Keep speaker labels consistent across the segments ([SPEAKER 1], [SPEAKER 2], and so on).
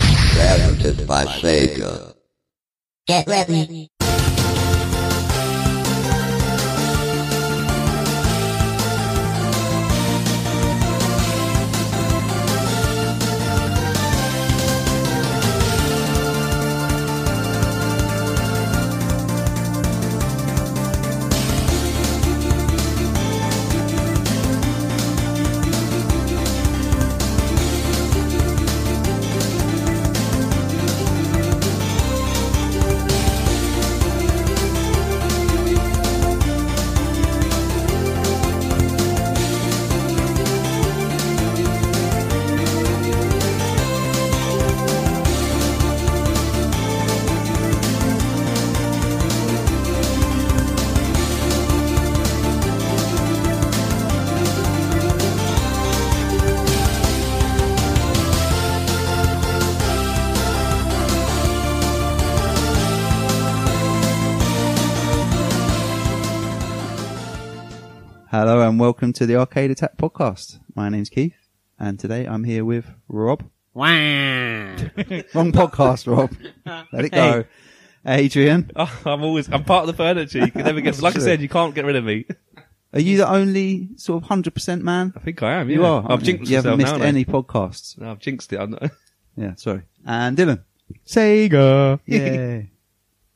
[SPEAKER 1] Crafted by Sega.
[SPEAKER 2] Get ready.
[SPEAKER 3] Hello and welcome to the Arcade Attack podcast. My name's Keith, and today I'm here with Rob.
[SPEAKER 4] Wow.
[SPEAKER 3] Wrong podcast, Rob. Let it go. Adrian,
[SPEAKER 5] Oh, I'm always I'm part of the furniture. You can never get like I
[SPEAKER 3] True.
[SPEAKER 5] said, you can't get rid of me.
[SPEAKER 3] are you the only sort of hundred percent man?
[SPEAKER 5] I think I am.
[SPEAKER 3] You
[SPEAKER 5] yeah.
[SPEAKER 3] are.
[SPEAKER 5] I've
[SPEAKER 3] aren't you?
[SPEAKER 5] jinxed
[SPEAKER 3] you
[SPEAKER 5] myself
[SPEAKER 3] haven't missed
[SPEAKER 5] now.
[SPEAKER 3] any podcasts.
[SPEAKER 5] No, I've jinxed it. I'm not...
[SPEAKER 3] Yeah, sorry. And Dylan.
[SPEAKER 5] Sega.
[SPEAKER 3] Yeah.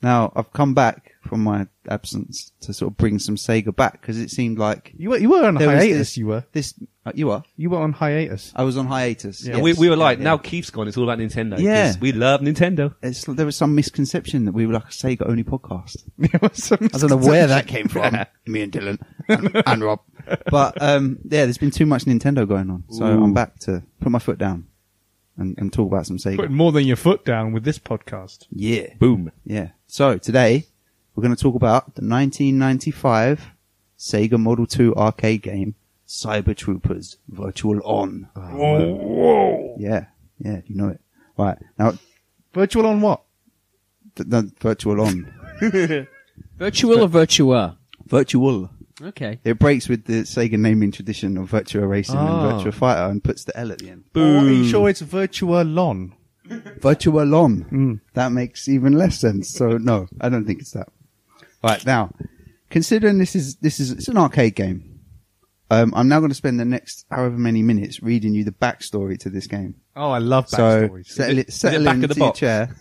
[SPEAKER 3] now I've come back from my absence to sort of bring some Sega back because it seemed like
[SPEAKER 6] You were, you were on
[SPEAKER 3] There was
[SPEAKER 6] hiatus.
[SPEAKER 3] this-
[SPEAKER 6] You were.
[SPEAKER 3] this. Uh, you are.
[SPEAKER 6] You were on hiatus.
[SPEAKER 3] I was on hiatus.
[SPEAKER 6] Yeah,
[SPEAKER 3] yes.
[SPEAKER 5] We, we were like,
[SPEAKER 3] Yeah.
[SPEAKER 5] now Keith's gone. It's all about Nintendo. 'cause
[SPEAKER 3] Yeah.
[SPEAKER 5] we love Nintendo.
[SPEAKER 3] It's, there was some misconception that we were like a Sega only podcast.
[SPEAKER 6] There was some
[SPEAKER 3] I don't know where that came from. me and Dylan and, and Rob. But um, yeah, there's been too much Nintendo going on, so I'm back to put my foot down and, and talk about some Sega.
[SPEAKER 6] Putting more than your foot down with this podcast.
[SPEAKER 3] Yeah,
[SPEAKER 5] Boom.
[SPEAKER 3] yeah. So today we're going to talk about the 1995 Sega Model 2 arcade game Cyber Troopers Virtual On.
[SPEAKER 6] Whoa.
[SPEAKER 3] Yeah, yeah, you know it. Right now,
[SPEAKER 6] Virtual on what?
[SPEAKER 3] th- th- Virtual On,
[SPEAKER 4] Virtual or Virtua?
[SPEAKER 3] Virtual.
[SPEAKER 4] Okay.
[SPEAKER 3] It breaks with the Sega naming tradition of Virtua Racing
[SPEAKER 6] Ah.
[SPEAKER 3] and Virtua Fighter and puts the L at the end.
[SPEAKER 6] Or are you sure it's Virtua Lon?
[SPEAKER 3] virtual on.
[SPEAKER 5] Hmm.
[SPEAKER 3] That makes even less sense. So no, I don't think it's that. Right now, considering this is this is it's an arcade game. Um, I'm now going to spend the next however many minutes reading you the backstory to this game.
[SPEAKER 6] Oh, I love
[SPEAKER 3] So
[SPEAKER 6] backstories.
[SPEAKER 3] settle,
[SPEAKER 5] Is it-
[SPEAKER 3] it,
[SPEAKER 5] is it
[SPEAKER 3] settle
[SPEAKER 5] back of
[SPEAKER 3] into
[SPEAKER 5] the
[SPEAKER 3] your
[SPEAKER 5] box?
[SPEAKER 3] chair.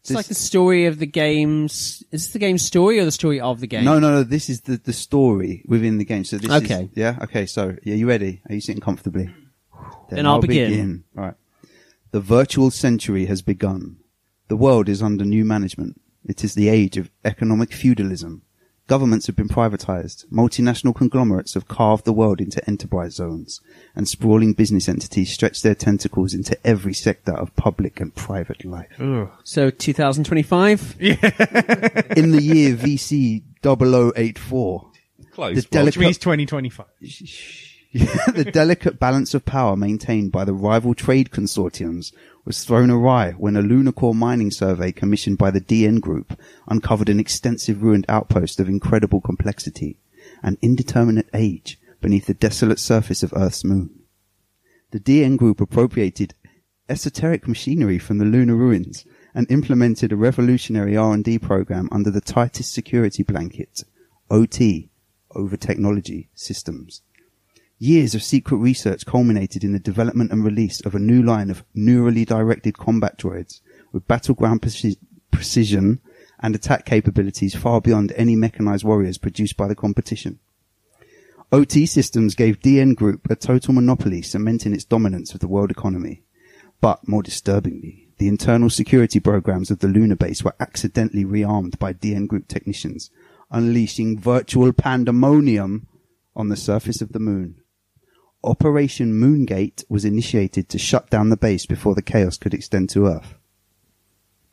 [SPEAKER 7] It's like the story of the game's. Is this the game's story or the story of the game?
[SPEAKER 3] No, no, no. This is the, the story within the game. So this
[SPEAKER 7] Okay.
[SPEAKER 3] is yeah. Okay, so yeah, you ready? Are you sitting comfortably? Then,
[SPEAKER 7] Then I'll begin.
[SPEAKER 3] All right. The virtual century has begun. The world is under new management. It is the age of economic feudalism. Governments have been privatized. Multinational conglomerates have carved the world into enterprise zones, and sprawling business entities stretch their tentacles into every sector of public and private life.
[SPEAKER 7] So 2025.
[SPEAKER 3] In the year VC 0084,
[SPEAKER 5] Close.
[SPEAKER 3] the
[SPEAKER 5] Well,
[SPEAKER 6] Which means
[SPEAKER 3] delicate
[SPEAKER 6] 2025.
[SPEAKER 3] the delicate balance of power maintained by the rival trade consortiums was thrown awry when a lunar core mining survey commissioned by the DN Group uncovered an extensive ruined outpost of incredible complexity and indeterminate age beneath the desolate surface of Earth's moon. The DN Group appropriated esoteric machinery from the lunar ruins and implemented a revolutionary R&D program under the tightest security blanket, OT, over technology systems. Years of secret research culminated in the development and release of a new line of neurally directed combat droids with battleground preci- precision and attack capabilities far beyond any mechanized warriors produced by the competition. OT Systems gave DN Group a total monopoly, cementing its dominance of the world economy. But more disturbingly, the internal security programs of the lunar base were accidentally rearmed by DN Group technicians, unleashing virtual pandemonium on the surface of the moon. Operation Moongate was initiated to shut down the base before the chaos could extend to Earth.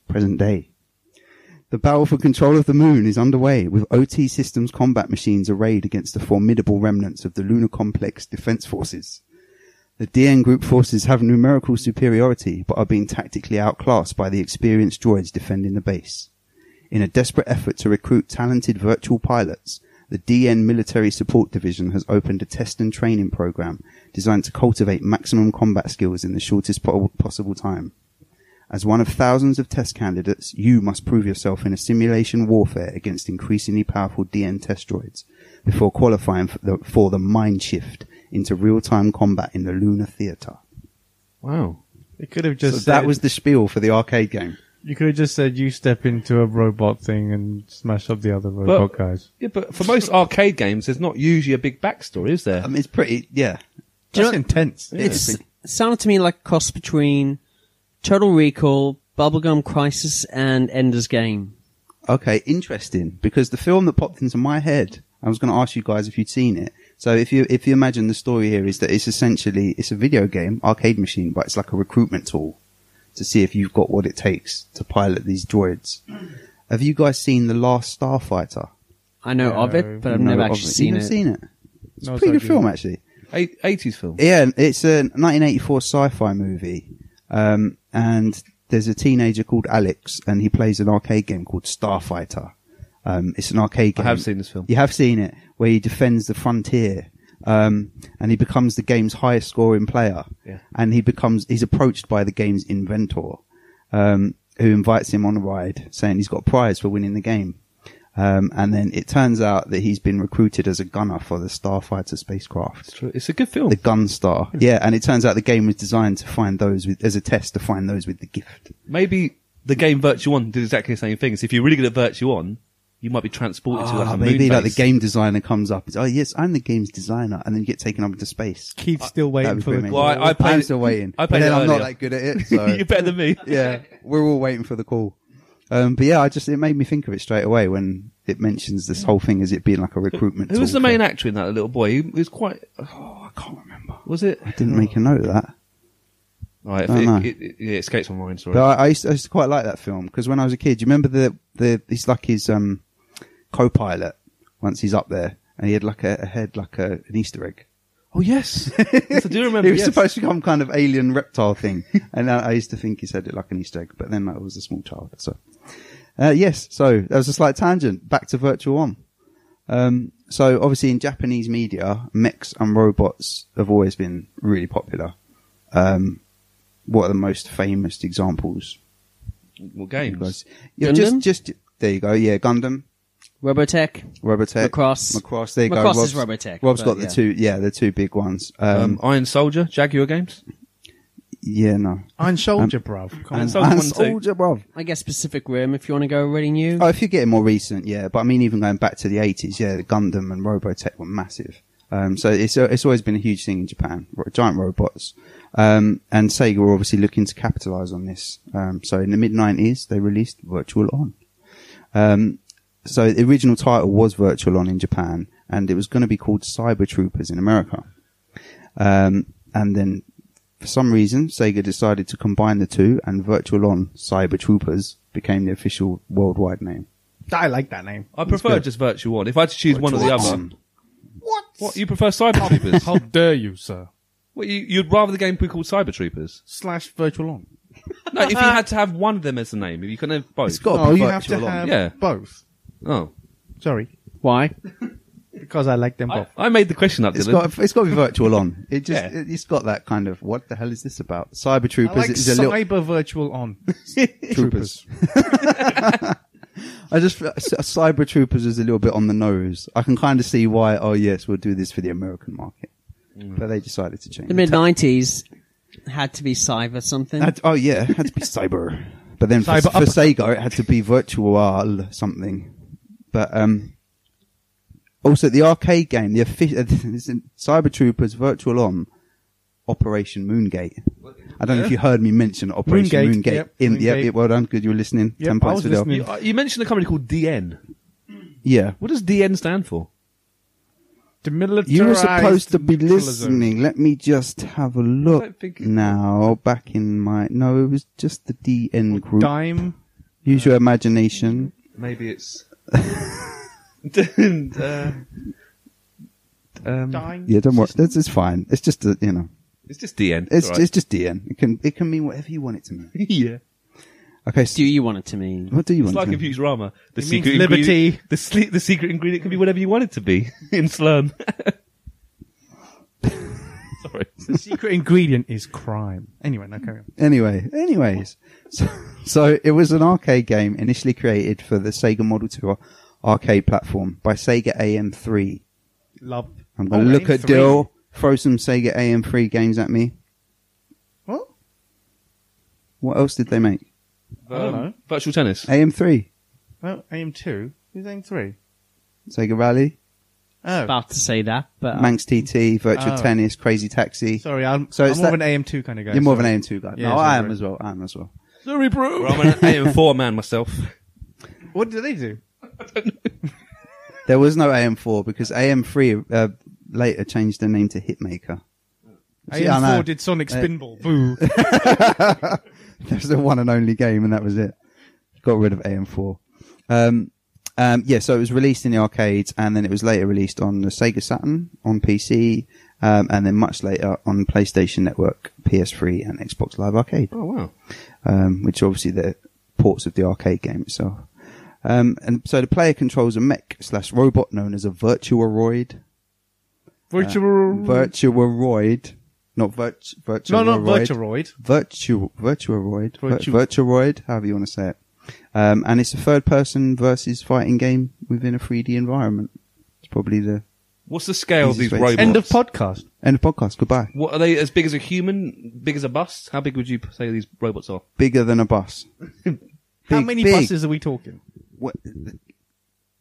[SPEAKER 3] Present day. The battle for control of the moon is underway, with OT systems combat machines arrayed against the formidable remnants of the Lunar Complex defense forces. The DN Group forces have numerical superiority, but are being tactically outclassed by the experienced droids defending the base. In a desperate effort to recruit talented virtual pilots, the DN Military Support Division has opened a test and training program designed to cultivate maximum combat skills in the shortest po- possible time. As one of thousands of test candidates, you must prove yourself in a simulation warfare against increasingly powerful DN test droids before qualifying for the, for the mind shift into real-time combat in the lunar theater.
[SPEAKER 5] Wow.
[SPEAKER 6] It could have
[SPEAKER 3] So
[SPEAKER 6] just
[SPEAKER 3] that
[SPEAKER 6] said-
[SPEAKER 3] was the spiel for the arcade game.
[SPEAKER 6] You could have just said you step into a robot thing and smash up the other robot guys.
[SPEAKER 5] Yeah, but for most arcade games, there's not usually a big backstory, is there?
[SPEAKER 3] I mean, it's pretty, yeah.
[SPEAKER 7] Do you know-
[SPEAKER 6] intense.
[SPEAKER 7] It's, it sounded to me like a cross between Total Recall, Bubblegum Crisis, and Ender's Game.
[SPEAKER 3] Okay, interesting. Because the film that popped into my head, I was going to ask you guys if you'd seen it. So if you if you imagine the story here is that it's essentially it's a video game arcade machine, but it's like a recruitment tool to see if you've got what it takes to pilot these droids. Have you guys seen the Last Starfighter?
[SPEAKER 7] I know of it,
[SPEAKER 6] No.
[SPEAKER 7] but I've
[SPEAKER 3] You know
[SPEAKER 7] never
[SPEAKER 3] of
[SPEAKER 7] actually
[SPEAKER 3] it. You've
[SPEAKER 7] seen it.
[SPEAKER 3] never seen it. It's
[SPEAKER 6] No,
[SPEAKER 3] a
[SPEAKER 6] it's
[SPEAKER 3] pretty
[SPEAKER 6] not
[SPEAKER 3] good film,
[SPEAKER 6] good.
[SPEAKER 3] actually.
[SPEAKER 5] Eight- 80s film.
[SPEAKER 3] Yeah, it's a 1984 sci-fi movie, um, and there's a teenager called Alex, and he plays an arcade game called Starfighter. Um, it's an arcade
[SPEAKER 5] I
[SPEAKER 3] game.
[SPEAKER 5] have seen this film.
[SPEAKER 3] You have seen it, where he defends the frontier, um, and he becomes the game's highest scoring player.
[SPEAKER 5] Yeah.
[SPEAKER 3] And he becomes he's approached by the game's inventor, um, who invites him on a ride, saying he's got a prize for winning the game. Um, and then it turns out that he's been recruited as a gunner for the Starfighter spacecraft.
[SPEAKER 5] It's true. It's a good film.
[SPEAKER 3] The Gunstar.
[SPEAKER 5] Hmm.
[SPEAKER 3] Yeah, and it turns out the game was designed to find those with, as a test to find those with the gift.
[SPEAKER 5] Maybe the game Virtue On did exactly the same things. If you're really good at Virtue On, you might be transported to like
[SPEAKER 3] Ah,
[SPEAKER 5] a moon
[SPEAKER 3] maybe like the
[SPEAKER 5] base.
[SPEAKER 3] game designer comes up. It's, oh yes, I'm the game's designer, and then you get taken up into space.
[SPEAKER 6] Keith's still
[SPEAKER 3] That'd
[SPEAKER 6] waiting
[SPEAKER 3] be
[SPEAKER 6] for the
[SPEAKER 3] pretty
[SPEAKER 5] Well,
[SPEAKER 3] amazing.
[SPEAKER 5] I- I played
[SPEAKER 3] I'm
[SPEAKER 5] it-
[SPEAKER 3] still waiting.
[SPEAKER 5] I played
[SPEAKER 3] but then
[SPEAKER 5] it
[SPEAKER 3] I'm not
[SPEAKER 5] earlier.
[SPEAKER 3] that good at it. So
[SPEAKER 5] You're better than me.
[SPEAKER 3] yeah, we're all waiting for the call. Um, but yeah, I just it made me think of it straight away when it mentions this whole thing as it being like a recruitment.
[SPEAKER 5] Who was Hmm. the
[SPEAKER 3] tool
[SPEAKER 5] main
[SPEAKER 3] for-
[SPEAKER 5] actor in that? The little boy. He was quite.
[SPEAKER 3] Oh, I can't remember.
[SPEAKER 5] Was it?
[SPEAKER 3] I didn't make a note of that.
[SPEAKER 5] Right, if
[SPEAKER 3] Don't
[SPEAKER 5] it,
[SPEAKER 3] know.
[SPEAKER 5] It, it, yeah, it escapes my mind. Sorry.
[SPEAKER 3] But I, I, used to, I used to quite like that film because when I was a kid, you remember the the he's like his um co-pilot once he's up there, and he had like a, a head like a, an Easter egg.
[SPEAKER 5] oh yes, yes, I do remember.
[SPEAKER 3] It was
[SPEAKER 5] yes.
[SPEAKER 3] supposed to become kind of alien reptile thing, and I, I used to think he said it like an Easter egg, but then I was a small child, so. Uh, yes, so that was a slight tangent. Back to Virtual One. Um, so obviously in Japanese media, mechs and robots have always been really popular. Um, what are the most famous examples?
[SPEAKER 5] Well, games.
[SPEAKER 3] Because yeah, just,
[SPEAKER 7] Gundam?
[SPEAKER 3] just there you go. Yeah, Gundam,
[SPEAKER 7] Robotech.
[SPEAKER 3] Robotech,
[SPEAKER 7] Macross.
[SPEAKER 3] Macross. There you go.
[SPEAKER 7] Macross is
[SPEAKER 3] Rob's-
[SPEAKER 7] Robotech,
[SPEAKER 3] Rob's
[SPEAKER 7] but
[SPEAKER 3] got the
[SPEAKER 7] yeah.
[SPEAKER 3] two. Yeah, the two big ones. Um,
[SPEAKER 5] Um, Iron Soldier, Jaguar games.
[SPEAKER 3] yeah, no.
[SPEAKER 6] Iron Soldier,
[SPEAKER 3] um,
[SPEAKER 6] bruv. Come
[SPEAKER 5] Iron
[SPEAKER 6] on.
[SPEAKER 5] Soldier
[SPEAKER 3] And
[SPEAKER 5] one and two.
[SPEAKER 3] Soldier, bruv.
[SPEAKER 7] I guess Pacific Rim, if you want to go really new.
[SPEAKER 3] Oh, if you're getting more recent, yeah. But I mean, even going back to the 80s, yeah, the Gundam and Robotech were massive. Um, so it's it's always been a huge thing in Japan, ro- giant robots. Um, and Sega were obviously looking to capitalize on this. Um, so in the mid 90s, they released Virtual On. Um, so the original title was Virtual On in Japan, and it was going to be called Cyber Troopers in America. Um, and then for some reason, Sega decided to combine the two, and Virtual On Cyber Troopers became the official worldwide name.
[SPEAKER 6] I like that name.
[SPEAKER 5] I prefer just Virtue One. If I had to choose one or the
[SPEAKER 3] Virtual
[SPEAKER 5] other,
[SPEAKER 3] On.
[SPEAKER 5] what you prefer Cyber Troopers?
[SPEAKER 6] How dare you, sir?
[SPEAKER 5] what, you, you'd rather the game be called Cyber Troopers?
[SPEAKER 6] Slash virtual on.
[SPEAKER 5] No, if you had to have one of them as the name, if you couldn't have both.
[SPEAKER 3] It's got to
[SPEAKER 6] Oh,
[SPEAKER 3] be
[SPEAKER 6] you
[SPEAKER 3] Virtual
[SPEAKER 6] have to
[SPEAKER 3] On.
[SPEAKER 6] have
[SPEAKER 5] Yeah.
[SPEAKER 6] both.
[SPEAKER 5] oh,
[SPEAKER 6] Sorry,
[SPEAKER 7] Why?
[SPEAKER 6] because I like them
[SPEAKER 5] I,
[SPEAKER 6] both.
[SPEAKER 5] I made the question up.
[SPEAKER 3] It's
[SPEAKER 5] Dylan.
[SPEAKER 3] got it's got to be Virtual On. It just
[SPEAKER 5] Yeah.
[SPEAKER 3] it, it's got that kind of what the hell is this about? Cyber
[SPEAKER 6] I
[SPEAKER 3] Troopers
[SPEAKER 6] like
[SPEAKER 3] is a little
[SPEAKER 6] cyber virtual on.
[SPEAKER 3] troopers. I just feel- c- Cyber Troopers is a little bit on the nose. I can kind of see why. Oh yes, we'll do this for the American market, but they decided to change.
[SPEAKER 7] The mid 90s had to be Cyber something.
[SPEAKER 3] Had- oh yeah, it had to be cyber. But then for,
[SPEAKER 6] Cyber
[SPEAKER 3] for Sega, it had to be virtual something. But um, also the arcade game, the uh, official Cyber Troopers Virtual On Operation Moongate. I don't know if you heard me mention Operation Moongate.
[SPEAKER 6] Moongate, yep,
[SPEAKER 3] in, yep,
[SPEAKER 6] Moongate.
[SPEAKER 3] yep, well done, good. You were listening.
[SPEAKER 6] Yep,
[SPEAKER 3] Ten
[SPEAKER 6] I
[SPEAKER 3] points
[SPEAKER 6] was
[SPEAKER 3] for the
[SPEAKER 6] listening.
[SPEAKER 5] You, you mentioned a company called DN.
[SPEAKER 3] yeah.
[SPEAKER 5] What does DN stand for?
[SPEAKER 6] Demilitarized
[SPEAKER 3] You were supposed to be
[SPEAKER 6] neutralism.
[SPEAKER 3] listening. Let me just have a look
[SPEAKER 5] don't think-
[SPEAKER 3] now. Back in my no, it was just the DN group.
[SPEAKER 6] Dime.
[SPEAKER 3] Use your imagination.
[SPEAKER 5] Maybe it's. and, uh, um,
[SPEAKER 6] Dime.
[SPEAKER 3] Yeah, don't worry. This is fine. It's just a, you know,
[SPEAKER 5] it's just DN.
[SPEAKER 3] it's
[SPEAKER 5] alright.
[SPEAKER 3] it's just DN. It can it can mean whatever you want it to mean.
[SPEAKER 5] yeah.
[SPEAKER 3] Okay, so
[SPEAKER 7] Do you want it to mean?
[SPEAKER 3] what do you
[SPEAKER 5] It's
[SPEAKER 3] want?
[SPEAKER 5] like
[SPEAKER 3] it to mean?
[SPEAKER 5] Futurama. The
[SPEAKER 6] It means
[SPEAKER 5] secret ingredient-
[SPEAKER 6] liberty.
[SPEAKER 5] The, sle- the secret ingredient can be whatever you want it to be in Slurm. Sorry.
[SPEAKER 6] The secret ingredient is crime. Anyway, now carry on.
[SPEAKER 3] Anyway, anyways, so, so it was an arcade game initially created for the Sega Model 2 arcade platform by Sega AM3.
[SPEAKER 6] Love.
[SPEAKER 3] I'm going to
[SPEAKER 6] Oh,
[SPEAKER 3] look at
[SPEAKER 6] three.
[SPEAKER 3] Dill, throw some Sega AM3 games at me.
[SPEAKER 6] What?
[SPEAKER 3] What else did they make?
[SPEAKER 6] I don't know.
[SPEAKER 5] Um, Virtual tennis.
[SPEAKER 3] AM3,
[SPEAKER 6] Well, aim two. Who's aim three?
[SPEAKER 3] Sega Rally,
[SPEAKER 6] Oh,
[SPEAKER 7] About to say that, but
[SPEAKER 3] Manx TT, Virtual
[SPEAKER 6] Oh.
[SPEAKER 3] Tennis, Crazy Taxi.
[SPEAKER 6] sorry. I'm,
[SPEAKER 3] So
[SPEAKER 6] I'm
[SPEAKER 3] it's
[SPEAKER 6] more of
[SPEAKER 3] that-
[SPEAKER 6] an aim two kind of guy.
[SPEAKER 3] You're more
[SPEAKER 6] sorry.
[SPEAKER 3] of an AM2 guy.
[SPEAKER 6] Yeah,
[SPEAKER 3] no, I
[SPEAKER 6] sorry.
[SPEAKER 3] am as well. I am as well.
[SPEAKER 6] Sorry, bro.
[SPEAKER 5] Well, I'm an AM4 man myself.
[SPEAKER 6] What do they do?
[SPEAKER 3] There was no AM4 because AM3 uh, later changed their name to Hitmaker. See, I
[SPEAKER 6] aim
[SPEAKER 3] know. Uh,
[SPEAKER 6] four did Sonic Spinball. Boo.
[SPEAKER 3] That was the one and only game, and that was it. Got rid of AM4. Um, um, yeah, so it was released in the arcades, and then it was later released on the Sega Saturn, on PC, um, and then much later on PlayStation Network, PS3, and Xbox Live Arcade,
[SPEAKER 5] Oh, wow.
[SPEAKER 3] um, which are obviously the ports of the arcade game itself. Um, and so the player controls a mech slash robot known as a Virtuaroid.
[SPEAKER 6] Virtual.
[SPEAKER 3] Virtuaroid, not virt- Virtuaroid.
[SPEAKER 6] Hmm. no, not Virturoid.
[SPEAKER 3] Virtu Virtuaroid, Vir-
[SPEAKER 6] Virtu-
[SPEAKER 3] Virtuaroid, however you want to say it. Um, and it's a third person versus fighting game within a 3D environment. It's probably the
[SPEAKER 5] What's the scale of
[SPEAKER 3] Jesus
[SPEAKER 5] these
[SPEAKER 3] Christ.
[SPEAKER 5] robots?
[SPEAKER 6] End of podcast.
[SPEAKER 3] end of podcast. Goodbye.
[SPEAKER 5] What are they as big as a human? Big as a bus? How big would you say these robots are?
[SPEAKER 3] Bigger than a bus.
[SPEAKER 6] How
[SPEAKER 3] Big,
[SPEAKER 6] many
[SPEAKER 3] big.
[SPEAKER 6] buses are we talking?
[SPEAKER 3] What, the,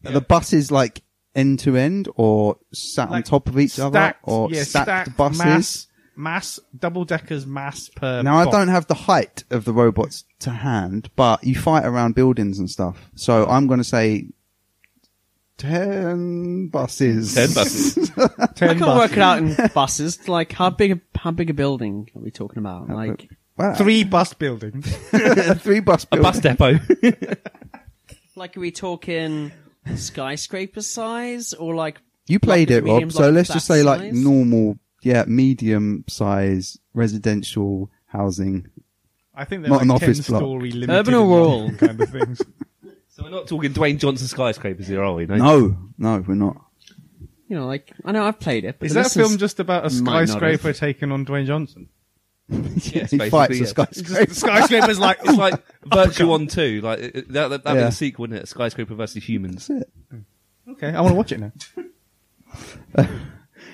[SPEAKER 3] are the buses like end to end or sat on
[SPEAKER 6] Like,
[SPEAKER 3] top of each
[SPEAKER 6] stacked,
[SPEAKER 3] other or
[SPEAKER 6] yeah,
[SPEAKER 3] stacked, buses?
[SPEAKER 6] mass, mass double deckers mass per.
[SPEAKER 3] Now I
[SPEAKER 6] box.
[SPEAKER 3] don't have the height of the robots to hand, but you fight around buildings and stuff. So I'm going to say ten buses.
[SPEAKER 5] Ten buses.
[SPEAKER 7] I
[SPEAKER 6] Ten
[SPEAKER 7] can't work it out in buses. Like how big a how big a building are we talking about? Like
[SPEAKER 3] Wow.
[SPEAKER 6] Three bus buildings.
[SPEAKER 3] three bus
[SPEAKER 5] a bus
[SPEAKER 3] buildings.
[SPEAKER 5] depot.
[SPEAKER 7] like are we talking skyscraper size or like
[SPEAKER 3] You played
[SPEAKER 7] Like
[SPEAKER 3] it, Rob.
[SPEAKER 7] medium,
[SPEAKER 3] So
[SPEAKER 7] like
[SPEAKER 3] let's just
[SPEAKER 7] that
[SPEAKER 3] say like
[SPEAKER 7] size?
[SPEAKER 3] normal, yeah, medium size residential housing.
[SPEAKER 6] I think they're
[SPEAKER 3] Not an
[SPEAKER 6] like ten
[SPEAKER 3] office block.
[SPEAKER 6] story limited
[SPEAKER 7] Urban or
[SPEAKER 6] edition
[SPEAKER 7] rural?
[SPEAKER 6] kind of things.
[SPEAKER 5] so we're not talking Dwayne Johnson skyscrapers here, are we?
[SPEAKER 3] No, no, we're not.
[SPEAKER 7] you know like I know I've played it. But
[SPEAKER 6] Is
[SPEAKER 7] the
[SPEAKER 6] that film
[SPEAKER 7] listeners-
[SPEAKER 6] just about a
[SPEAKER 7] might not have.
[SPEAKER 6] skyscraper taken on Dwayne Johnson?
[SPEAKER 5] Yes,
[SPEAKER 3] he
[SPEAKER 5] basically,
[SPEAKER 3] fights a
[SPEAKER 5] yes.
[SPEAKER 3] skyscraper.
[SPEAKER 6] skyscraper's like
[SPEAKER 5] It's like Virtue on Two, like it- it- that. that that'd
[SPEAKER 3] Yeah.
[SPEAKER 5] be the sequel, wouldn't it? Skyscraper versus humans.
[SPEAKER 6] okay, I want to watch it now.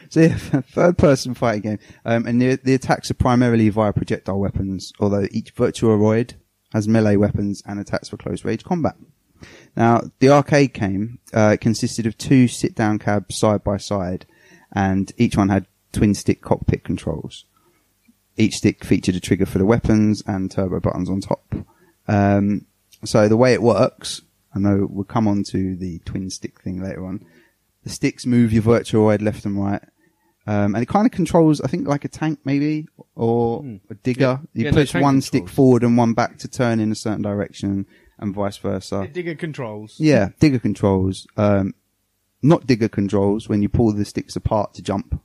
[SPEAKER 3] So yeah, third person fighting game. Um, and the, the attacks are primarily via projectile weapons, although each Virtuaroid has melee weapons and attacks for close range combat. Now, the arcade game uh, consisted of two sit down cabs side by side, and each one had twin stick cockpit controls. Each stick featured a trigger for the weapons and turbo buttons on top. Um, so the way it works, I know we'll come on to the twin stick thing later on. The sticks move your virtuoid left and right. Um, and it kind of controls, I think, like a tank maybe, or a digger. You
[SPEAKER 5] Hmm. Yeah, no,
[SPEAKER 3] push
[SPEAKER 5] tank
[SPEAKER 3] one stick
[SPEAKER 5] controls.
[SPEAKER 3] forward and one back to turn in a certain direction, and vice versa.
[SPEAKER 6] Digger controls.
[SPEAKER 3] Uh, Yeah, digger controls. Um, not digger controls when you pull the sticks apart to jump.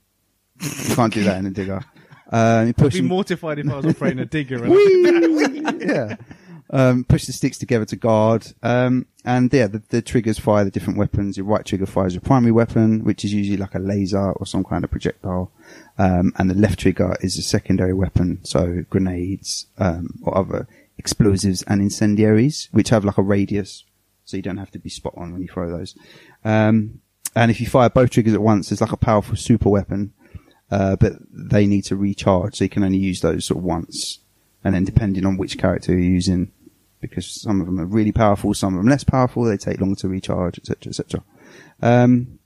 [SPEAKER 3] You can't do that in a digger. Um, you
[SPEAKER 6] I'd
[SPEAKER 3] push
[SPEAKER 6] be
[SPEAKER 3] them-
[SPEAKER 6] mortified if I was operating a digger. And
[SPEAKER 3] yeah. Um, push the sticks together to guard. Um, and yeah, the, the triggers fire the different weapons. Your right trigger fires your primary weapon, which is usually like a laser or some kind of projectile. Um, and the left trigger is a secondary weapon, so grenades um, or other explosives and incendiaries, which have like a radius, so you don't have to be spot on when you throw those. Um, and if you fire both triggers at once, it's like a powerful super weapon uh, but they need to recharge, so you can only use those sort of once. And then depending on which character you're using, because some of them are really powerful, some of them less powerful, they take longer to recharge, etc., etc. Um,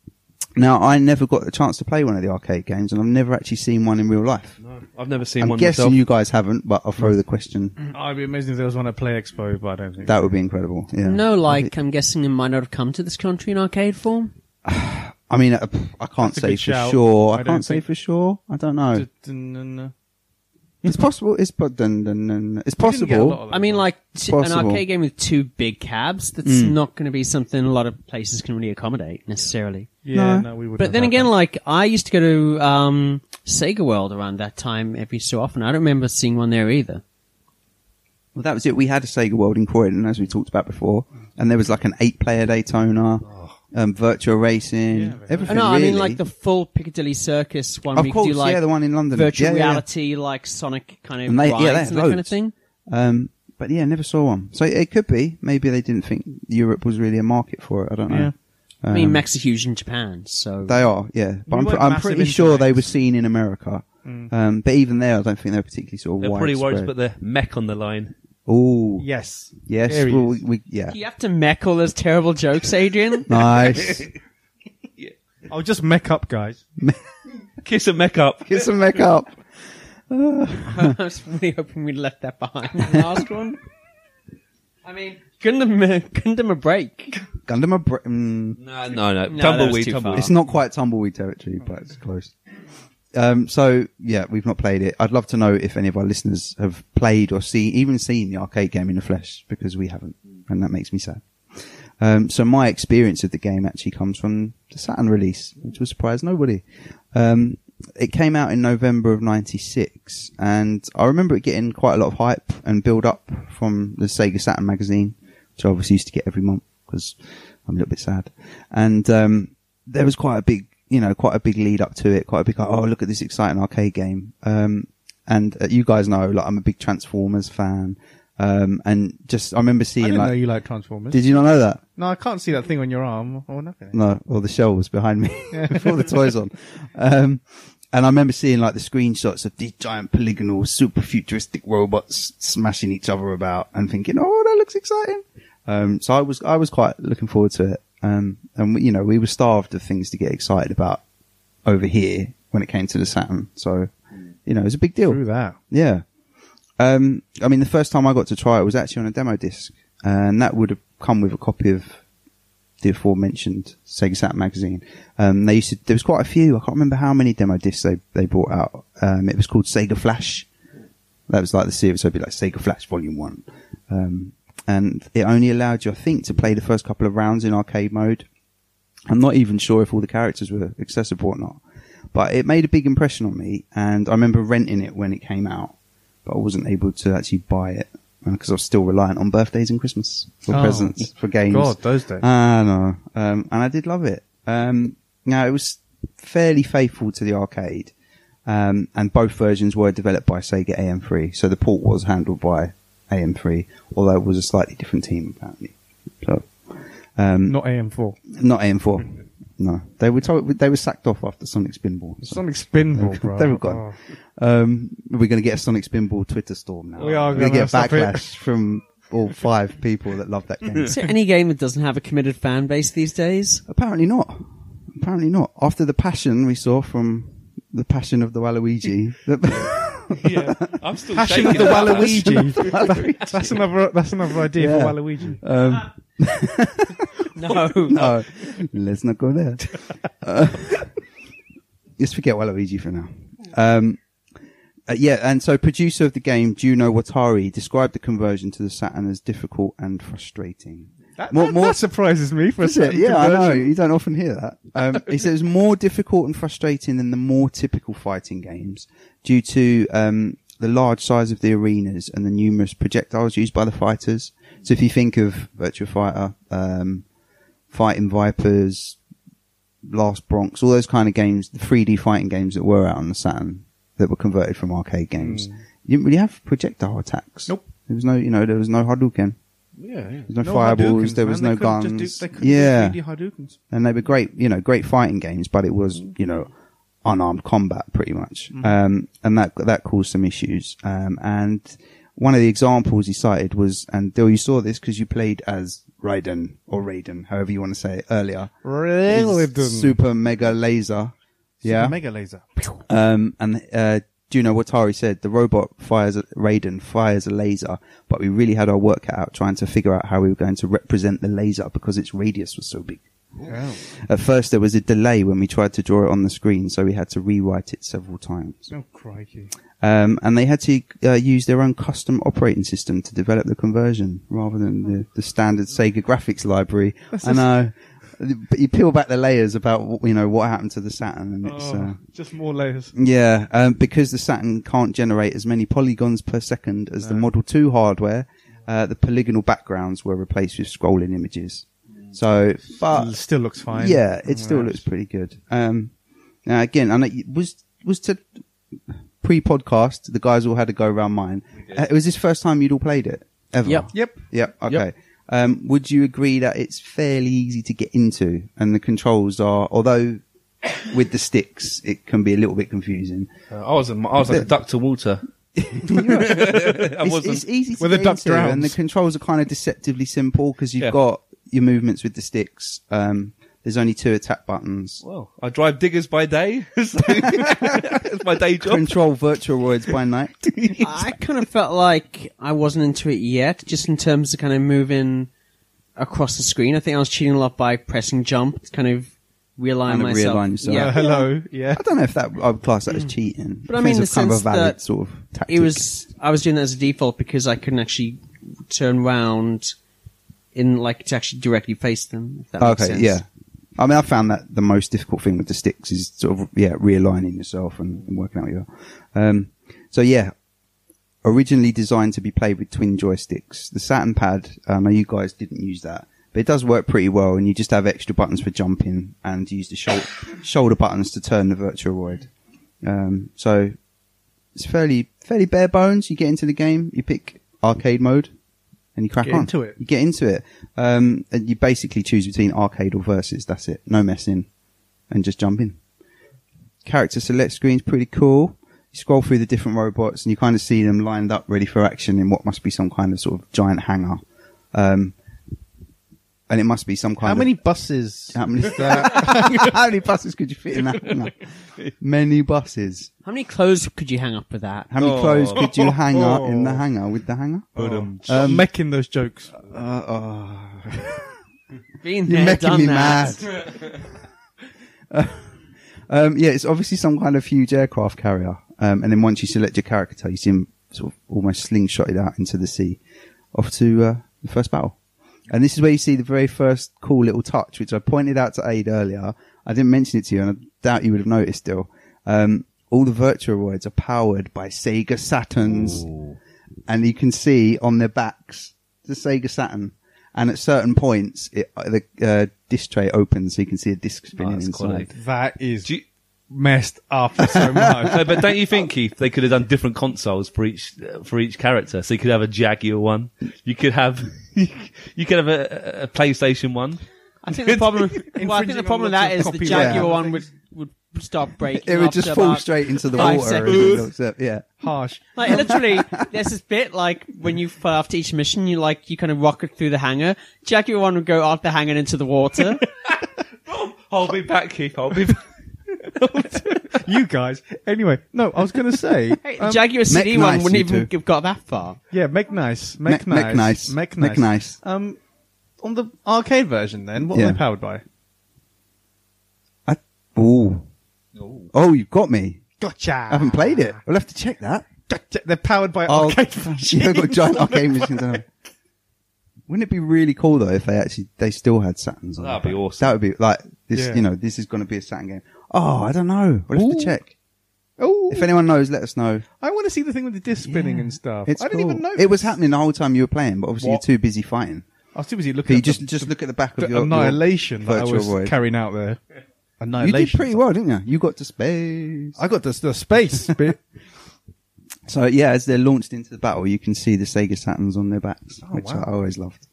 [SPEAKER 3] now, I never got the chance to play one of the arcade games, and I've never actually seen one in real life.
[SPEAKER 5] I've never seen
[SPEAKER 3] I'm
[SPEAKER 5] one
[SPEAKER 3] guessing
[SPEAKER 5] myself.
[SPEAKER 3] you guys haven't, but I'll throw the question.
[SPEAKER 6] I'd be amazing if there was one at Play Expo, but I don't think.
[SPEAKER 3] That would be incredible. Yeah.
[SPEAKER 7] no like I'm guessing it might not have come to this country in arcade form.
[SPEAKER 3] I mean, uh, pff, I can't
[SPEAKER 6] That's a
[SPEAKER 3] say for
[SPEAKER 6] good shout.
[SPEAKER 3] sure. I,
[SPEAKER 6] I don't
[SPEAKER 3] can't say
[SPEAKER 6] think-
[SPEAKER 3] for sure. I don't know.
[SPEAKER 6] Dun-dun-dun.
[SPEAKER 3] It's possible. It's but dun, dun, dun. it's
[SPEAKER 6] We didn't get a lot
[SPEAKER 3] possible.
[SPEAKER 6] of
[SPEAKER 7] I mean,
[SPEAKER 6] them.
[SPEAKER 7] like t- an
[SPEAKER 3] Possible.
[SPEAKER 7] arcade game with two big cabs. That's not going to be something a lot of places can really accommodate necessarily.
[SPEAKER 6] Mm. yeah,
[SPEAKER 3] no.
[SPEAKER 6] no, we would.
[SPEAKER 7] But then again, like I used to go to um, Sega World around that time every so often. I don't remember seeing one there either.
[SPEAKER 3] Well, that was it. We had a Sega World in Croydon, as we talked about before, and there was like an eight-player Daytona, um, virtual racing,
[SPEAKER 6] Oh. Yeah, very
[SPEAKER 3] everything.
[SPEAKER 7] no,
[SPEAKER 3] really.
[SPEAKER 7] I mean like the full Piccadilly Circus one.
[SPEAKER 3] Of
[SPEAKER 7] we
[SPEAKER 3] course,
[SPEAKER 7] do like
[SPEAKER 3] yeah, the one in London.
[SPEAKER 7] virtual
[SPEAKER 3] Yeah, yeah, yeah.
[SPEAKER 7] reality, like Sonic kind of
[SPEAKER 3] And they- yeah,
[SPEAKER 7] rides
[SPEAKER 3] they had
[SPEAKER 7] and that kind of
[SPEAKER 3] loads.
[SPEAKER 7] thing.
[SPEAKER 3] Um, but yeah, never saw one. So it could be maybe they didn't think Europe was really a market for it. I don't know.
[SPEAKER 6] Yeah.
[SPEAKER 7] I mean, Max is huge in Japan, so
[SPEAKER 3] Um, They are, yeah. But
[SPEAKER 6] We
[SPEAKER 3] I'm,
[SPEAKER 6] weren't
[SPEAKER 3] I'm
[SPEAKER 6] massive
[SPEAKER 3] pretty
[SPEAKER 6] into Mm.
[SPEAKER 3] sure they
[SPEAKER 6] games.
[SPEAKER 3] were seen in America. Um, but even there, I don't think they're particularly sort of
[SPEAKER 5] They're pretty
[SPEAKER 3] widespread.
[SPEAKER 5] worried to put their mech on the line.
[SPEAKER 3] Oh,
[SPEAKER 6] yes,
[SPEAKER 3] yes.
[SPEAKER 6] There he
[SPEAKER 3] well,
[SPEAKER 6] is.
[SPEAKER 3] we, we- yeah.
[SPEAKER 7] Do you have to mech all those terrible jokes, Adrian?
[SPEAKER 3] Nice.
[SPEAKER 6] I'll Oh, just mech up, guys.
[SPEAKER 5] Kiss a mech up.
[SPEAKER 3] Get some make up.
[SPEAKER 7] I was really hoping we'd left that behind. The last one. I mean, Gundam, Gundam a break.
[SPEAKER 3] Gundam a br- mm,
[SPEAKER 5] No, no, no.
[SPEAKER 7] that was
[SPEAKER 5] tumbleweed,
[SPEAKER 7] too
[SPEAKER 5] tumbleweed.
[SPEAKER 7] far.
[SPEAKER 3] It's not quite tumbleweed territory, but it's close. Um, so yeah, we've not played it. I'd love to know if any of our listeners have played or seen, even seen the arcade game in the flesh because we haven't, and that makes me sad. Um, so my experience of the game actually comes from the Saturn release, which will surprise nobody. Um, it came out in November of '96, and I remember it getting quite a lot of hype and build up from the Sega Saturn magazine, which I obviously used to get every month because I'm a little bit sad. And um, there was quite a big, you know, quite a big lead up to it. Quite a big, like, oh look at this exciting arcade game. Um, and uh, you guys know, like I'm a big Transformers fan, um, and just I remember
[SPEAKER 6] I
[SPEAKER 3] seeing
[SPEAKER 6] didn't know
[SPEAKER 3] like,
[SPEAKER 6] you like Transformers.
[SPEAKER 3] did you not know that?
[SPEAKER 6] No, I can't see that thing on your arm Oh, or nothing.
[SPEAKER 3] No, well, the shell was behind me with all the toys on. Um, and I remember seeing like the screenshots of these giant polygonal, super futuristic robots smashing each other about and thinking, oh, that looks exciting. Um, so I was, I was quite looking forward to it. Um, and we, you know, we were starved of things to get excited about over here when it came to the Saturn. So, you know, it was a big deal.
[SPEAKER 6] Through that.
[SPEAKER 3] Yeah. Um, I mean, the first time I got to try it was actually on a demo disc, and that would have come with a copy of the aforementioned Sega Saturn magazine. Um, they used to, there was quite a few. I can't remember how many demo discs they, they brought out. Um, it was called Sega Flash. That was like the series. So it'd be like Sega Flash Volume One. Um, and it only allowed you, I think, to play the first couple of rounds in arcade mode. I'm not even sure if all the characters were accessible or not, but it made a big impression on me. And I remember renting it when it came out, but I wasn't able to actually buy it because I was still reliant on birthdays and Christmas for
[SPEAKER 6] Oh,
[SPEAKER 3] presents for games.
[SPEAKER 6] God, those days.
[SPEAKER 3] Ah, no. Um, and I did love it. Um, now it was fairly faithful to the arcade. Um, and both versions were developed by Sega AM3, so the port was handled by AM3, although it was a slightly different team apparently. So, um,
[SPEAKER 6] Not AM4.
[SPEAKER 3] not AM4. No, they were told they were sacked off after Sonic Spinball. So,
[SPEAKER 6] Sonic Spinball, Oh. bro.
[SPEAKER 3] they were gone. Um, we're going to get a Sonic Spinball Twitter storm now.
[SPEAKER 6] We are
[SPEAKER 3] We're
[SPEAKER 6] gonna
[SPEAKER 3] gonna get
[SPEAKER 6] stop it.
[SPEAKER 3] backlash from all five people that love that game.
[SPEAKER 7] Is there any game that doesn't have a committed fan base these days?
[SPEAKER 3] Apparently not. Apparently not. After the passion we saw from the passion of the Waluigi, the-
[SPEAKER 5] Yeah. I'm still
[SPEAKER 6] Passion of
[SPEAKER 5] shaking
[SPEAKER 6] the
[SPEAKER 5] about that.
[SPEAKER 6] Waluigi. that's another. That's another idea
[SPEAKER 3] Yeah.
[SPEAKER 6] for Waluigi.
[SPEAKER 3] um,
[SPEAKER 7] No.
[SPEAKER 3] no, let's not go there. Uh, let's forget Waluigi for now. Um, uh, yeah, and so producer of the game Juno Watari described the conversion to the Saturn as difficult and frustrating.
[SPEAKER 6] That,
[SPEAKER 3] More-
[SPEAKER 6] that,
[SPEAKER 3] more-
[SPEAKER 6] that surprises me for a
[SPEAKER 3] Is it?
[SPEAKER 6] second.
[SPEAKER 3] Yeah, I know. You don't often hear that. Um, he said it was more difficult and frustrating than the more typical fighting games due to um, the large size of the arenas and the numerous projectiles used by the fighters. So if you think of Virtua Fighter, um, Fighting Vipers, Last Bronx, all those kind of games, the 3D fighting games that were out on the Saturn that were converted from arcade games, you didn't really have projectile attacks.
[SPEAKER 6] Hmm. Nope.
[SPEAKER 3] There was no, you know, there was no Hadouken.
[SPEAKER 5] Yeah, yeah.
[SPEAKER 3] There was no, fireballs. there was no guns. yeah, and they were great, you know, great fighting games, but it was, you know, unarmed combat pretty much. Um, and that, that caused some issues. Um, and one of the examples he cited was, and Dill, you saw this because you played as Raiden or Raiden, however you want to say it earlier.
[SPEAKER 6] Really?
[SPEAKER 3] His Super mega laser. Yeah.
[SPEAKER 6] Mega laser.
[SPEAKER 3] Um, and uh, Juno Watari said the robot fires a, Raiden fires a laser, but we really had our work cut out trying to figure out how we were going to represent the laser because its radius was so big. At first, there was a delay when we tried to draw it on the screen, so we had to rewrite it several times.
[SPEAKER 6] Oh, crikey.
[SPEAKER 3] Um, and they had to uh, use their own custom operating system to develop the conversion rather than the, the standard Sega graphics library. I know. But you peel back the layers about you know what happened to the Saturn, and it's uh,
[SPEAKER 6] Oh, just more layers.
[SPEAKER 3] yeah, um, because the Saturn can't generate as many polygons per second as the Model 2 hardware, uh, the polygonal backgrounds were replaced with scrolling images. So,
[SPEAKER 6] It
[SPEAKER 3] but
[SPEAKER 6] still looks fine.
[SPEAKER 3] Uh, yeah, it still
[SPEAKER 6] Alright.
[SPEAKER 3] looks pretty good. Um, now again, I know you- was was to pre-podcast the guys all had to go around mine. Uh, it was this first time you'd all played it ever.
[SPEAKER 4] Yep.
[SPEAKER 6] Yep.
[SPEAKER 3] Yep. Okay. Um, would you agree that it's fairly easy to get into, and the controls are, although with the sticks it can be a little bit confusing.
[SPEAKER 5] Uh, I was a, I was like a duck to water. I
[SPEAKER 3] it's,
[SPEAKER 5] wasn't.
[SPEAKER 3] it's easy to
[SPEAKER 6] Well, the
[SPEAKER 3] get
[SPEAKER 6] duck
[SPEAKER 3] into, and the
[SPEAKER 6] drowns.
[SPEAKER 3] controls are kind of deceptively simple because you've
[SPEAKER 5] Yeah.
[SPEAKER 3] got your movements with the sticks. Um, there's only two attack buttons.
[SPEAKER 5] Well, I drive diggers by day. so it's my day job.
[SPEAKER 3] Control virtual roids by night.
[SPEAKER 7] I kind of felt like I wasn't into it yet, just in terms of kind of moving across the screen. I think I was cheating a lot by pressing jump to kind of realign
[SPEAKER 3] Kind of
[SPEAKER 7] myself.
[SPEAKER 3] realign yourself.
[SPEAKER 6] Uh,
[SPEAKER 7] Yeah.
[SPEAKER 6] hello. Yeah.
[SPEAKER 3] I don't know if that I would class that as cheating.
[SPEAKER 7] Mm. But I
[SPEAKER 3] think
[SPEAKER 7] mean,
[SPEAKER 3] it's
[SPEAKER 7] the
[SPEAKER 3] kind of a
[SPEAKER 7] sense
[SPEAKER 3] valid
[SPEAKER 7] that
[SPEAKER 3] sort of tactic.
[SPEAKER 7] It was I was doing that as a default because I couldn't actually turn round in like to actually directly face them. If that makes
[SPEAKER 3] okay,
[SPEAKER 7] sense.
[SPEAKER 3] yeah. I mean, I found that the most difficult thing with the sticks is sort of yeah realigning yourself and, and working out what you are. Um, so yeah, originally designed to be played with twin joysticks, the Saturn pad. I know you guys didn't use that, but it does work pretty well, and you just have extra buttons for jumping and you use the shoulder, shoulder buttons to turn the Virtualoid. Um, so it's fairly fairly bare bones. You get into the game, you pick arcade mode, and you crack
[SPEAKER 6] Get
[SPEAKER 3] on
[SPEAKER 6] into it.
[SPEAKER 3] You get into it, um, and you basically choose between arcade or versus. That's it. No messing, and just jump in. Character select screen's pretty cool. You scroll through the different robots, and you kind of see them lined up, ready for action in what must be some kind of sort of giant hangar. Um, and it must be some kind
[SPEAKER 6] How
[SPEAKER 3] of
[SPEAKER 6] many buses?
[SPEAKER 3] how many, uh, how many buses could you fit in that? hangar? Many buses.
[SPEAKER 7] How many clothes could you hang up with that?
[SPEAKER 3] How many
[SPEAKER 5] Oh.
[SPEAKER 3] clothes could you hang up in
[SPEAKER 6] Oh.
[SPEAKER 3] the hanger with the hanger?
[SPEAKER 5] Um,
[SPEAKER 6] Stop making those jokes.
[SPEAKER 7] Being
[SPEAKER 3] You're
[SPEAKER 7] there,
[SPEAKER 3] making
[SPEAKER 7] done
[SPEAKER 3] me
[SPEAKER 7] that.
[SPEAKER 3] mad. um, yeah, it's obviously some kind of huge aircraft carrier. Um, and then once you select your character, you see him sort of almost slingshotted out into the sea, off to uh, the first battle. And this is where you see the very first cool little touch, which I pointed out to Aid earlier. I didn't mention it to you, and I doubt you would have noticed still. Um, all the Virtuoids are powered by Sega Saturns. and you can see on their backs the Sega Saturn. And at certain points, it, uh, the uh, disc tray opens, so you can see a disc spinning
[SPEAKER 5] that's
[SPEAKER 3] inside.
[SPEAKER 5] quality.
[SPEAKER 6] That is
[SPEAKER 5] Do you-
[SPEAKER 6] messed up so
[SPEAKER 5] no,
[SPEAKER 6] much.
[SPEAKER 5] but don't you think, Keith, they could have done different consoles for each uh, for each character? So you could have a Jaguar one. You could have you could have a, a- a PlayStation one.
[SPEAKER 7] I think the problem. well, I think the
[SPEAKER 6] Infringing
[SPEAKER 7] problem
[SPEAKER 6] on
[SPEAKER 7] with that
[SPEAKER 6] lots
[SPEAKER 7] is
[SPEAKER 6] of
[SPEAKER 7] the
[SPEAKER 6] copyright.
[SPEAKER 7] Jaguar one would would stop breaking.
[SPEAKER 3] It would
[SPEAKER 7] after
[SPEAKER 3] just fall
[SPEAKER 7] about
[SPEAKER 3] straight into the
[SPEAKER 7] five
[SPEAKER 3] water.
[SPEAKER 7] seconds.
[SPEAKER 3] and it looks up, yeah.
[SPEAKER 6] Harsh.
[SPEAKER 7] Like literally, there's this bit like when you fall after each mission, you like you kind of rocket through the hangar. Jaguar one would go after hanging into the water.
[SPEAKER 5] Hold me back, Keith. Hold me back.
[SPEAKER 6] You guys. Anyway, no, I was going to say.
[SPEAKER 7] Hey,
[SPEAKER 6] um,
[SPEAKER 7] Jaguar City
[SPEAKER 3] nice,
[SPEAKER 7] one wouldn't
[SPEAKER 3] you
[SPEAKER 7] even
[SPEAKER 3] two.
[SPEAKER 7] have got that far.
[SPEAKER 6] yeah, make nice.
[SPEAKER 3] Mech-
[SPEAKER 6] Make nice.
[SPEAKER 3] mech nice.
[SPEAKER 6] Make
[SPEAKER 3] Mech
[SPEAKER 6] nice.
[SPEAKER 3] nice.
[SPEAKER 6] Um, on the arcade version, then, what
[SPEAKER 3] Yeah.
[SPEAKER 6] were they powered by?
[SPEAKER 3] I, ooh. Oh, you've got me.
[SPEAKER 6] Gotcha.
[SPEAKER 3] I haven't played it.
[SPEAKER 6] Ah.
[SPEAKER 3] I'll have to check that.
[SPEAKER 6] Gotcha. They're powered by
[SPEAKER 3] Oh,
[SPEAKER 6] arcade version.
[SPEAKER 3] you've got giant arcade machines. on it. Wouldn't it be really cool though if they actually they still had Saturns on?
[SPEAKER 5] That'd
[SPEAKER 3] the
[SPEAKER 5] be
[SPEAKER 3] back?
[SPEAKER 5] awesome.
[SPEAKER 3] That would be like this.
[SPEAKER 6] Yeah.
[SPEAKER 3] You know, this is going to be a Saturn game. Oh, I don't know. I'll have to check.
[SPEAKER 6] Oh,
[SPEAKER 3] If anyone knows, let us know.
[SPEAKER 6] I want to see the thing with the disc spinning and stuff.
[SPEAKER 3] It's
[SPEAKER 6] I didn't
[SPEAKER 3] cool.
[SPEAKER 6] even know
[SPEAKER 3] It was happening the whole time you were playing, but obviously
[SPEAKER 6] What?
[SPEAKER 3] you're too busy fighting.
[SPEAKER 6] I was too busy
[SPEAKER 3] So
[SPEAKER 6] looking.
[SPEAKER 3] you
[SPEAKER 6] at the-
[SPEAKER 3] just just look at the back of
[SPEAKER 6] the
[SPEAKER 3] your
[SPEAKER 6] annihilation
[SPEAKER 3] your
[SPEAKER 6] that I was
[SPEAKER 3] virtual void.
[SPEAKER 6] carrying out there.
[SPEAKER 3] Your, you
[SPEAKER 6] Annihilation.
[SPEAKER 3] did pretty well, didn't you? You got to space.
[SPEAKER 6] I got the, the space bit.
[SPEAKER 3] So yeah, as they're launched into the battle, you can see the Sega Saturns on their backs, which
[SPEAKER 6] Oh, wow.
[SPEAKER 3] I always loved.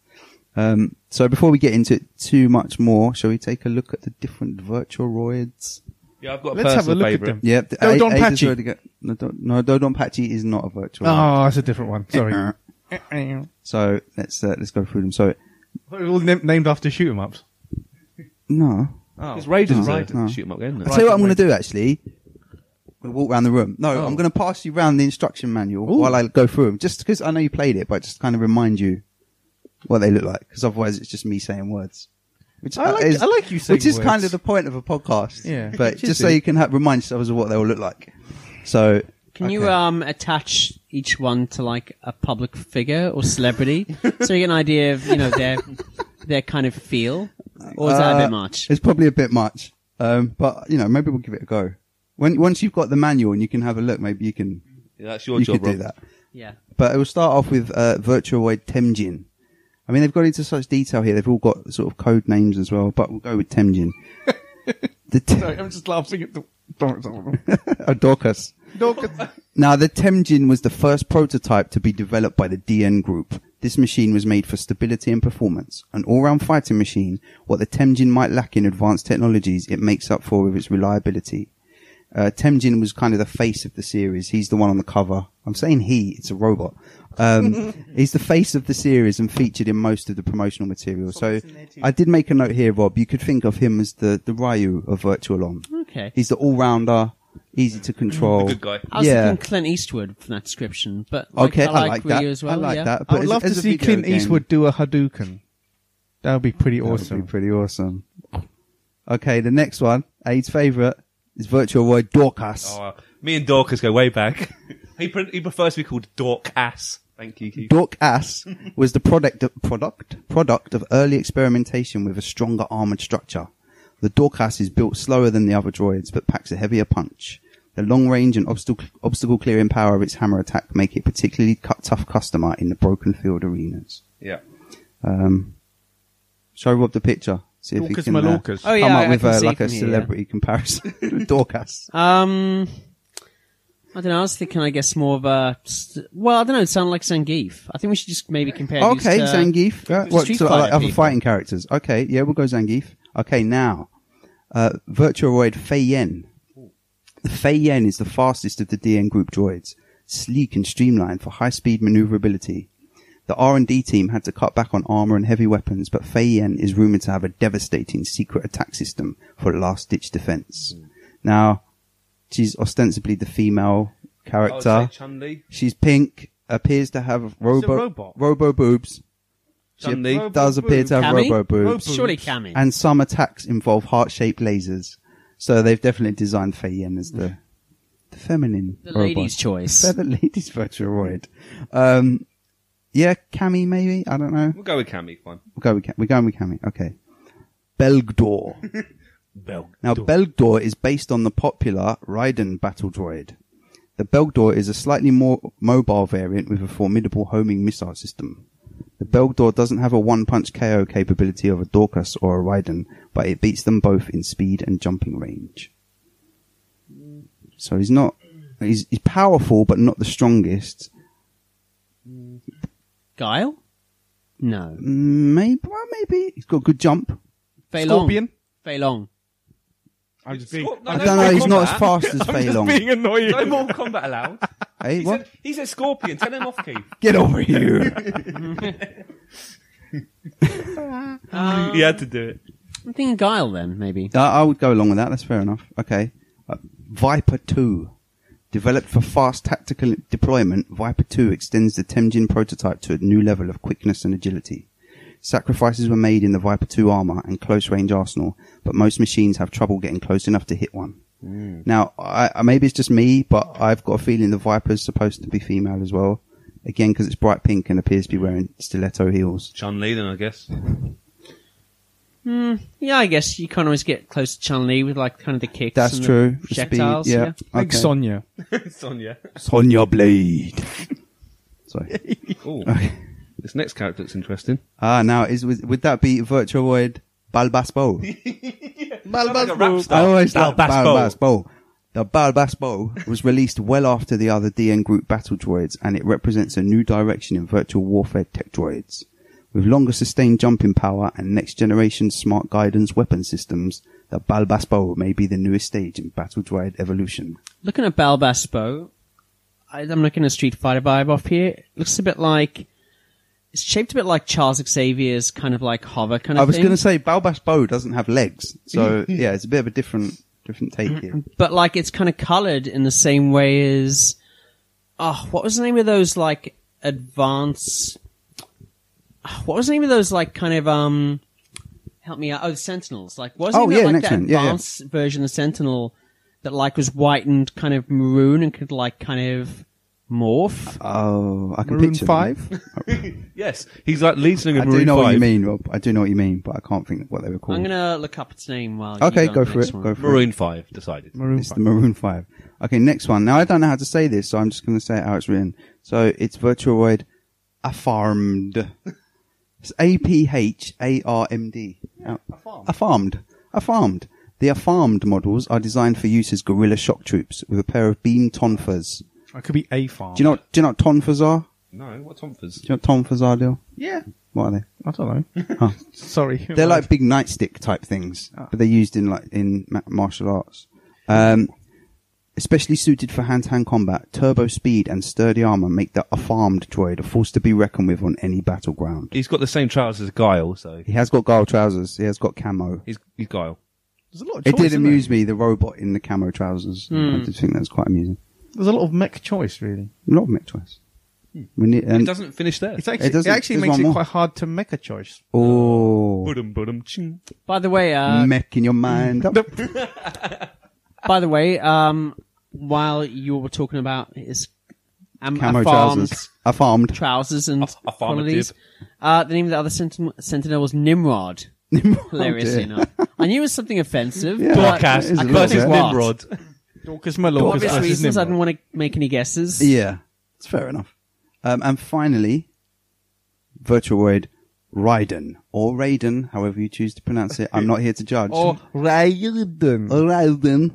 [SPEAKER 3] Um, so before we get into it too much more, shall we take a look at the different Virtualoids?
[SPEAKER 5] Yeah, I've got a
[SPEAKER 6] Let's have a
[SPEAKER 5] personal
[SPEAKER 6] look at
[SPEAKER 5] favourite.
[SPEAKER 6] them.
[SPEAKER 3] Yep. the-
[SPEAKER 6] Dodon
[SPEAKER 3] A- Ada's
[SPEAKER 6] Pachi.
[SPEAKER 3] already got- No, Dod- no, Dodon Pachi is not a Virtualoid.
[SPEAKER 6] Oh, that's a different one.
[SPEAKER 3] Uh-uh.
[SPEAKER 6] Sorry. Uh-uh.
[SPEAKER 3] So let's uh, let's go through them. So
[SPEAKER 6] All na- named after shoot 'em ups.
[SPEAKER 3] no,
[SPEAKER 5] Because Raiders,
[SPEAKER 3] Oh.
[SPEAKER 5] Raiders
[SPEAKER 3] Oh.
[SPEAKER 5] shoot 'em up, isn't
[SPEAKER 3] I'll
[SPEAKER 5] it?
[SPEAKER 3] tell you what I'm going to do actually. I'm going to walk around the room. No,
[SPEAKER 6] Oh.
[SPEAKER 3] I'm going to pass you round the instruction manual while I go through them, just because I know you played it, but just kind of remind you what they look like, because otherwise it's just me saying words. Which uh,
[SPEAKER 6] I like-
[SPEAKER 3] is-
[SPEAKER 6] I like you saying
[SPEAKER 3] Which is
[SPEAKER 6] words.
[SPEAKER 3] kind of the point of a podcast.
[SPEAKER 6] Yeah.
[SPEAKER 3] But
[SPEAKER 6] Which is
[SPEAKER 3] just so
[SPEAKER 6] it.
[SPEAKER 3] you can ha- remind yourselves of what they will look like. So
[SPEAKER 7] Can you
[SPEAKER 3] okay.
[SPEAKER 7] um attach each one to like a public figure or celebrity so you get an idea of you know their their kind of feel? Or is that a
[SPEAKER 3] Uh,
[SPEAKER 7] bit much?
[SPEAKER 3] It's probably a bit much. Um, but you know, maybe we'll give it a go. When once you've got the manual and you can have a look, maybe you can
[SPEAKER 5] Yeah, that's your
[SPEAKER 3] you
[SPEAKER 5] job,
[SPEAKER 3] could do
[SPEAKER 5] Rob.
[SPEAKER 3] that.
[SPEAKER 7] Yeah.
[SPEAKER 3] But it will start off with uh, Virtuoid Temjin. I mean, they've got into such detail here. They've all got sort of code names as well, but we'll go with Temjin. the te-
[SPEAKER 6] Sorry, I'm just laughing at the.
[SPEAKER 3] Uh, oh, Dorcas. Now, the Temjin was the first prototype to be developed by the DN Group. This machine was made for stability and performance. An all-round fighting machine, what the Temjin might lack in advanced technologies, it makes up for with its reliability. Uh, Temjin was kind of the face of the series. He's the one on the cover. I'm saying he, it's a robot. Um, he's the face of the series and featured in most of the promotional material. So I did make a note here, Rob. You could think of him as the, the Ryu of Virtual On.
[SPEAKER 7] Okay.
[SPEAKER 3] He's the all-rounder, easy to control.
[SPEAKER 5] The good guy.
[SPEAKER 7] I was
[SPEAKER 3] yeah.
[SPEAKER 7] thinking Clint Eastwood from that description, but like,
[SPEAKER 3] Okay,
[SPEAKER 7] I like,
[SPEAKER 3] that.
[SPEAKER 7] Ryu as well.
[SPEAKER 3] I like
[SPEAKER 7] yeah.
[SPEAKER 3] that. But
[SPEAKER 6] I would
[SPEAKER 3] as-
[SPEAKER 6] love to
[SPEAKER 3] as a
[SPEAKER 6] see
[SPEAKER 3] video
[SPEAKER 6] Clint
[SPEAKER 3] game,
[SPEAKER 6] Eastwood do a Hadouken. That would be pretty
[SPEAKER 3] that would
[SPEAKER 6] awesome.
[SPEAKER 3] be pretty awesome. Okay, the next one, Aid's favorite is Virtual Roy Dorcas.
[SPEAKER 5] Oh, uh, me and Dorcas go way back. he, pre- he prefers to be called Dork Ass. Thank you, Keith.
[SPEAKER 3] Dork Ass was the product of, product product of early experimentation with a stronger armored structure. The Dork Ass is built slower than the other droids, but packs a heavier punch. The long range and obstacle obstacle clearing power of its hammer attack make it particularly cut tough customer in the broken field arenas.
[SPEAKER 5] Yeah.
[SPEAKER 3] Um, show Rob the picture. See if
[SPEAKER 6] Dorcas
[SPEAKER 3] he can uh,
[SPEAKER 6] Malorcas.
[SPEAKER 7] Oh, yeah,
[SPEAKER 3] come
[SPEAKER 7] I-
[SPEAKER 3] up
[SPEAKER 7] I
[SPEAKER 3] with
[SPEAKER 7] can
[SPEAKER 3] uh,
[SPEAKER 7] see
[SPEAKER 3] like
[SPEAKER 7] from
[SPEAKER 3] a
[SPEAKER 7] here, yeah.
[SPEAKER 3] celebrity comparison. with Dorcas.
[SPEAKER 7] Um, I don't know. I was thinking, I guess, more of a. st- Well, I don't know. It sounded like Zangief. I think we should just maybe compare. these
[SPEAKER 3] okay,
[SPEAKER 7] to,
[SPEAKER 3] Zangief. Yeah.
[SPEAKER 7] uh, Street
[SPEAKER 3] What, so
[SPEAKER 7] Fighter
[SPEAKER 3] like other
[SPEAKER 7] people.
[SPEAKER 3] fighting characters. Okay, yeah, we'll go Zangief. Okay, now, uh, Virtuoid Fei Yen. Fei Yen is the fastest of the DN group droids, sleek and streamlined for high-speed maneuverability. The R&D team had to cut back on armor and heavy weapons, but Fei Yen is rumored to have a devastating secret attack system for last-ditch defense. Now, she's ostensibly the female
[SPEAKER 5] Hmm. I would
[SPEAKER 3] character.
[SPEAKER 5] say Chun Li.
[SPEAKER 3] She's pink, appears to have robo
[SPEAKER 6] robot.
[SPEAKER 3] robo boobs. She
[SPEAKER 5] Chun Li.
[SPEAKER 3] does appear to have
[SPEAKER 7] Cammy?
[SPEAKER 3] robo boobs.
[SPEAKER 7] Surely Cammy.
[SPEAKER 3] And some attacks involve heart shaped lasers. So they've definitely designed Fei Yen as the, the feminine
[SPEAKER 7] the
[SPEAKER 3] robot.
[SPEAKER 7] lady's choice.
[SPEAKER 3] They're the ladies' virtuoid. Um, yeah, Cammy maybe? I don't know.
[SPEAKER 5] We'll go with Cammy. Fine.
[SPEAKER 3] We'll go with Cam- we're going with Cammy. Okay. Belgdor.
[SPEAKER 5] Bell.
[SPEAKER 3] Now, Belgdor is based on the popular Raiden battle droid. The Belgdor is a slightly more mobile variant with a formidable homing missile system. The Belgdor doesn't have a one-punch KO capability of a Dorcas or a Raiden, but it beats them both in speed and jumping range. So he's not, he's, he's powerful, but not the strongest.
[SPEAKER 7] Guile? No.
[SPEAKER 3] Mm, Maybe, well, maybe he's got a good jump.
[SPEAKER 7] Fei
[SPEAKER 6] Scorpion?
[SPEAKER 7] Long. Fei Long.
[SPEAKER 6] I'm just being,
[SPEAKER 5] Scott- no,
[SPEAKER 3] I
[SPEAKER 5] no
[SPEAKER 3] don't know,
[SPEAKER 5] Mortal
[SPEAKER 3] he's not as
[SPEAKER 5] Kombat.
[SPEAKER 3] fast as Fei Long.
[SPEAKER 6] being annoying.
[SPEAKER 5] No more combat allowed.
[SPEAKER 3] Hey,
[SPEAKER 5] He
[SPEAKER 3] what?
[SPEAKER 5] said, he said Scorpion. Tell him off, Keith.
[SPEAKER 3] Get over here!
[SPEAKER 5] he had to do it.
[SPEAKER 7] I'm thinking Guile then, maybe.
[SPEAKER 3] I, I would go along with that. That's fair enough. Okay. Uh, Viper 2. Developed for fast tactical deployment, Viper 2 extends the Temjin prototype to a new level of quickness and agility. Sacrifices were made in the Viper 2 armor and close range arsenal, but most machines have trouble getting close enough to hit one. Now, I, I, maybe it's just me, but I've got a feeling the Viper is supposed to be female as well. Again, because it's bright pink and appears to be wearing stiletto heels.
[SPEAKER 5] Chun Li, then I guess.
[SPEAKER 7] Yeah, I guess you can't always get close to Chun Li with like kind of the kicks.
[SPEAKER 3] That's
[SPEAKER 7] and
[SPEAKER 3] true.
[SPEAKER 7] The
[SPEAKER 3] The
[SPEAKER 7] projectiles.
[SPEAKER 3] speed, yeah.
[SPEAKER 7] yeah.
[SPEAKER 6] like
[SPEAKER 3] Okay.
[SPEAKER 6] Sonya.
[SPEAKER 5] Sonya.
[SPEAKER 3] Sonya Blade. Sorry.
[SPEAKER 5] Oh, this next character that's interesting.
[SPEAKER 3] Ah, now is would, would that be Virtuoid Balbaspo?
[SPEAKER 5] Like a rap
[SPEAKER 3] I
[SPEAKER 5] star.
[SPEAKER 3] always
[SPEAKER 5] Bal
[SPEAKER 3] like
[SPEAKER 5] Basbo.
[SPEAKER 3] Balbaspo. The Balbaspo was released well after the other DN group battle droids, and it represents a new direction in virtual warfare tech droids. With longer sustained jumping power and next generation smart guidance weapon systems, the Balbaspo may be the newest stage in battle droid evolution.
[SPEAKER 7] Looking at Balbaspo, I, I'm looking at Street Fighter vibe off here. It looks a bit like. It's shaped a bit like Charles Xavier's kind of like hover kind
[SPEAKER 3] I
[SPEAKER 7] of
[SPEAKER 3] was
[SPEAKER 7] thing.
[SPEAKER 3] going to say Balbaspo doesn't have legs, so yeah, it's a bit of a different different take here.
[SPEAKER 7] but like it's kind of colored in the same way as oh what was the name of those like advanced what was the name of those like kind of um help me out. Oh, the Sentinels. Like, wasn't
[SPEAKER 3] Oh,
[SPEAKER 7] there
[SPEAKER 3] yeah,
[SPEAKER 7] like
[SPEAKER 3] next
[SPEAKER 7] that
[SPEAKER 3] one. Yeah, yeah.
[SPEAKER 7] advanced version of Sentinel that like was white and kind of maroon and could like kind of morph?
[SPEAKER 3] Oh, I can
[SPEAKER 6] Maroon
[SPEAKER 3] picture them.
[SPEAKER 6] Five?
[SPEAKER 5] Yes, he's like lead singer
[SPEAKER 3] I
[SPEAKER 5] of Maroon
[SPEAKER 3] do know what you
[SPEAKER 5] Five.
[SPEAKER 3] mean, Rob. I do know what you mean, but I can't think of what they were called.
[SPEAKER 7] I'm gonna look up its name while. you
[SPEAKER 3] okay,
[SPEAKER 7] on
[SPEAKER 3] go
[SPEAKER 7] the
[SPEAKER 3] for
[SPEAKER 7] next
[SPEAKER 3] it.
[SPEAKER 7] one.
[SPEAKER 3] Go for it.
[SPEAKER 5] Maroon Five decided.
[SPEAKER 6] Maroon
[SPEAKER 3] It's
[SPEAKER 6] five.
[SPEAKER 3] the Maroon 5. Okay, next one. Now, I don't know how to say this, so I'm just going to say it how it's written. So, it's Virtuoid Affarmed. It's A-P-H-A-R-M-D. Affarmed. Affarmed. Affarmed. The Affarmed models are designed for use as guerrilla shock troops with a pair of beam tonfas.
[SPEAKER 6] I could be A farm.
[SPEAKER 3] Do you know, what- do you know what tonfas are?
[SPEAKER 5] No, what Tomfers?
[SPEAKER 3] Do you know what tonfas are, Dil?
[SPEAKER 6] Yeah.
[SPEAKER 3] What are they?
[SPEAKER 6] I don't know.
[SPEAKER 3] Oh.
[SPEAKER 6] Sorry.
[SPEAKER 3] They're like big nightstick type things, but they're used in like in ma- martial arts. Um, especially suited for hand-to-hand combat, turbo speed and sturdy armor make the farmed droid a force to be reckoned with on any battleground.
[SPEAKER 5] He's got the same trousers as Guile, so
[SPEAKER 3] He has got guile trousers. He has got camo.
[SPEAKER 5] he's, he's Guile.
[SPEAKER 6] There's a lot of
[SPEAKER 3] It
[SPEAKER 6] choice,
[SPEAKER 3] did
[SPEAKER 6] isn't
[SPEAKER 3] amuse me, the robot in the camo trousers. I did think that was quite amusing.
[SPEAKER 6] there? There's a lot of mech choice, really.
[SPEAKER 3] A lot of mech twice. We need,
[SPEAKER 5] It
[SPEAKER 3] and,
[SPEAKER 5] doesn't finish there.
[SPEAKER 6] It's actually, it,
[SPEAKER 3] doesn't-
[SPEAKER 6] actually
[SPEAKER 3] there's
[SPEAKER 6] makes
[SPEAKER 3] one
[SPEAKER 6] it
[SPEAKER 3] more.
[SPEAKER 6] quite hard to make a choice.
[SPEAKER 3] oh,
[SPEAKER 5] Budum, budum, ching.
[SPEAKER 7] By the way, uh,
[SPEAKER 3] mech in your mind.
[SPEAKER 7] by the way, um, while you were talking about his um,
[SPEAKER 3] camo
[SPEAKER 7] a farmed
[SPEAKER 3] trousers. A farmed.
[SPEAKER 7] trousers and
[SPEAKER 5] a farmative.
[SPEAKER 7] qualities, uh, the name of the other sentinel, sentinel was Nimrod. Hilariously enough, I knew it was something offensive.
[SPEAKER 3] Yeah.
[SPEAKER 7] but
[SPEAKER 3] Dorcas
[SPEAKER 7] I couldn't
[SPEAKER 3] versus
[SPEAKER 7] think what.
[SPEAKER 5] Nimrod.
[SPEAKER 6] Dorcas my
[SPEAKER 7] For
[SPEAKER 6] lord.
[SPEAKER 7] obvious
[SPEAKER 6] Dorcas
[SPEAKER 7] reasons, I
[SPEAKER 6] Nimrod.
[SPEAKER 7] didn't want to make any guesses.
[SPEAKER 3] Yeah, it's fair enough. Um, and finally, Virtuoid Raiden or Raiden, however you choose to pronounce it. I'm not here to judge.
[SPEAKER 6] Or Raiden.
[SPEAKER 3] Or Raiden.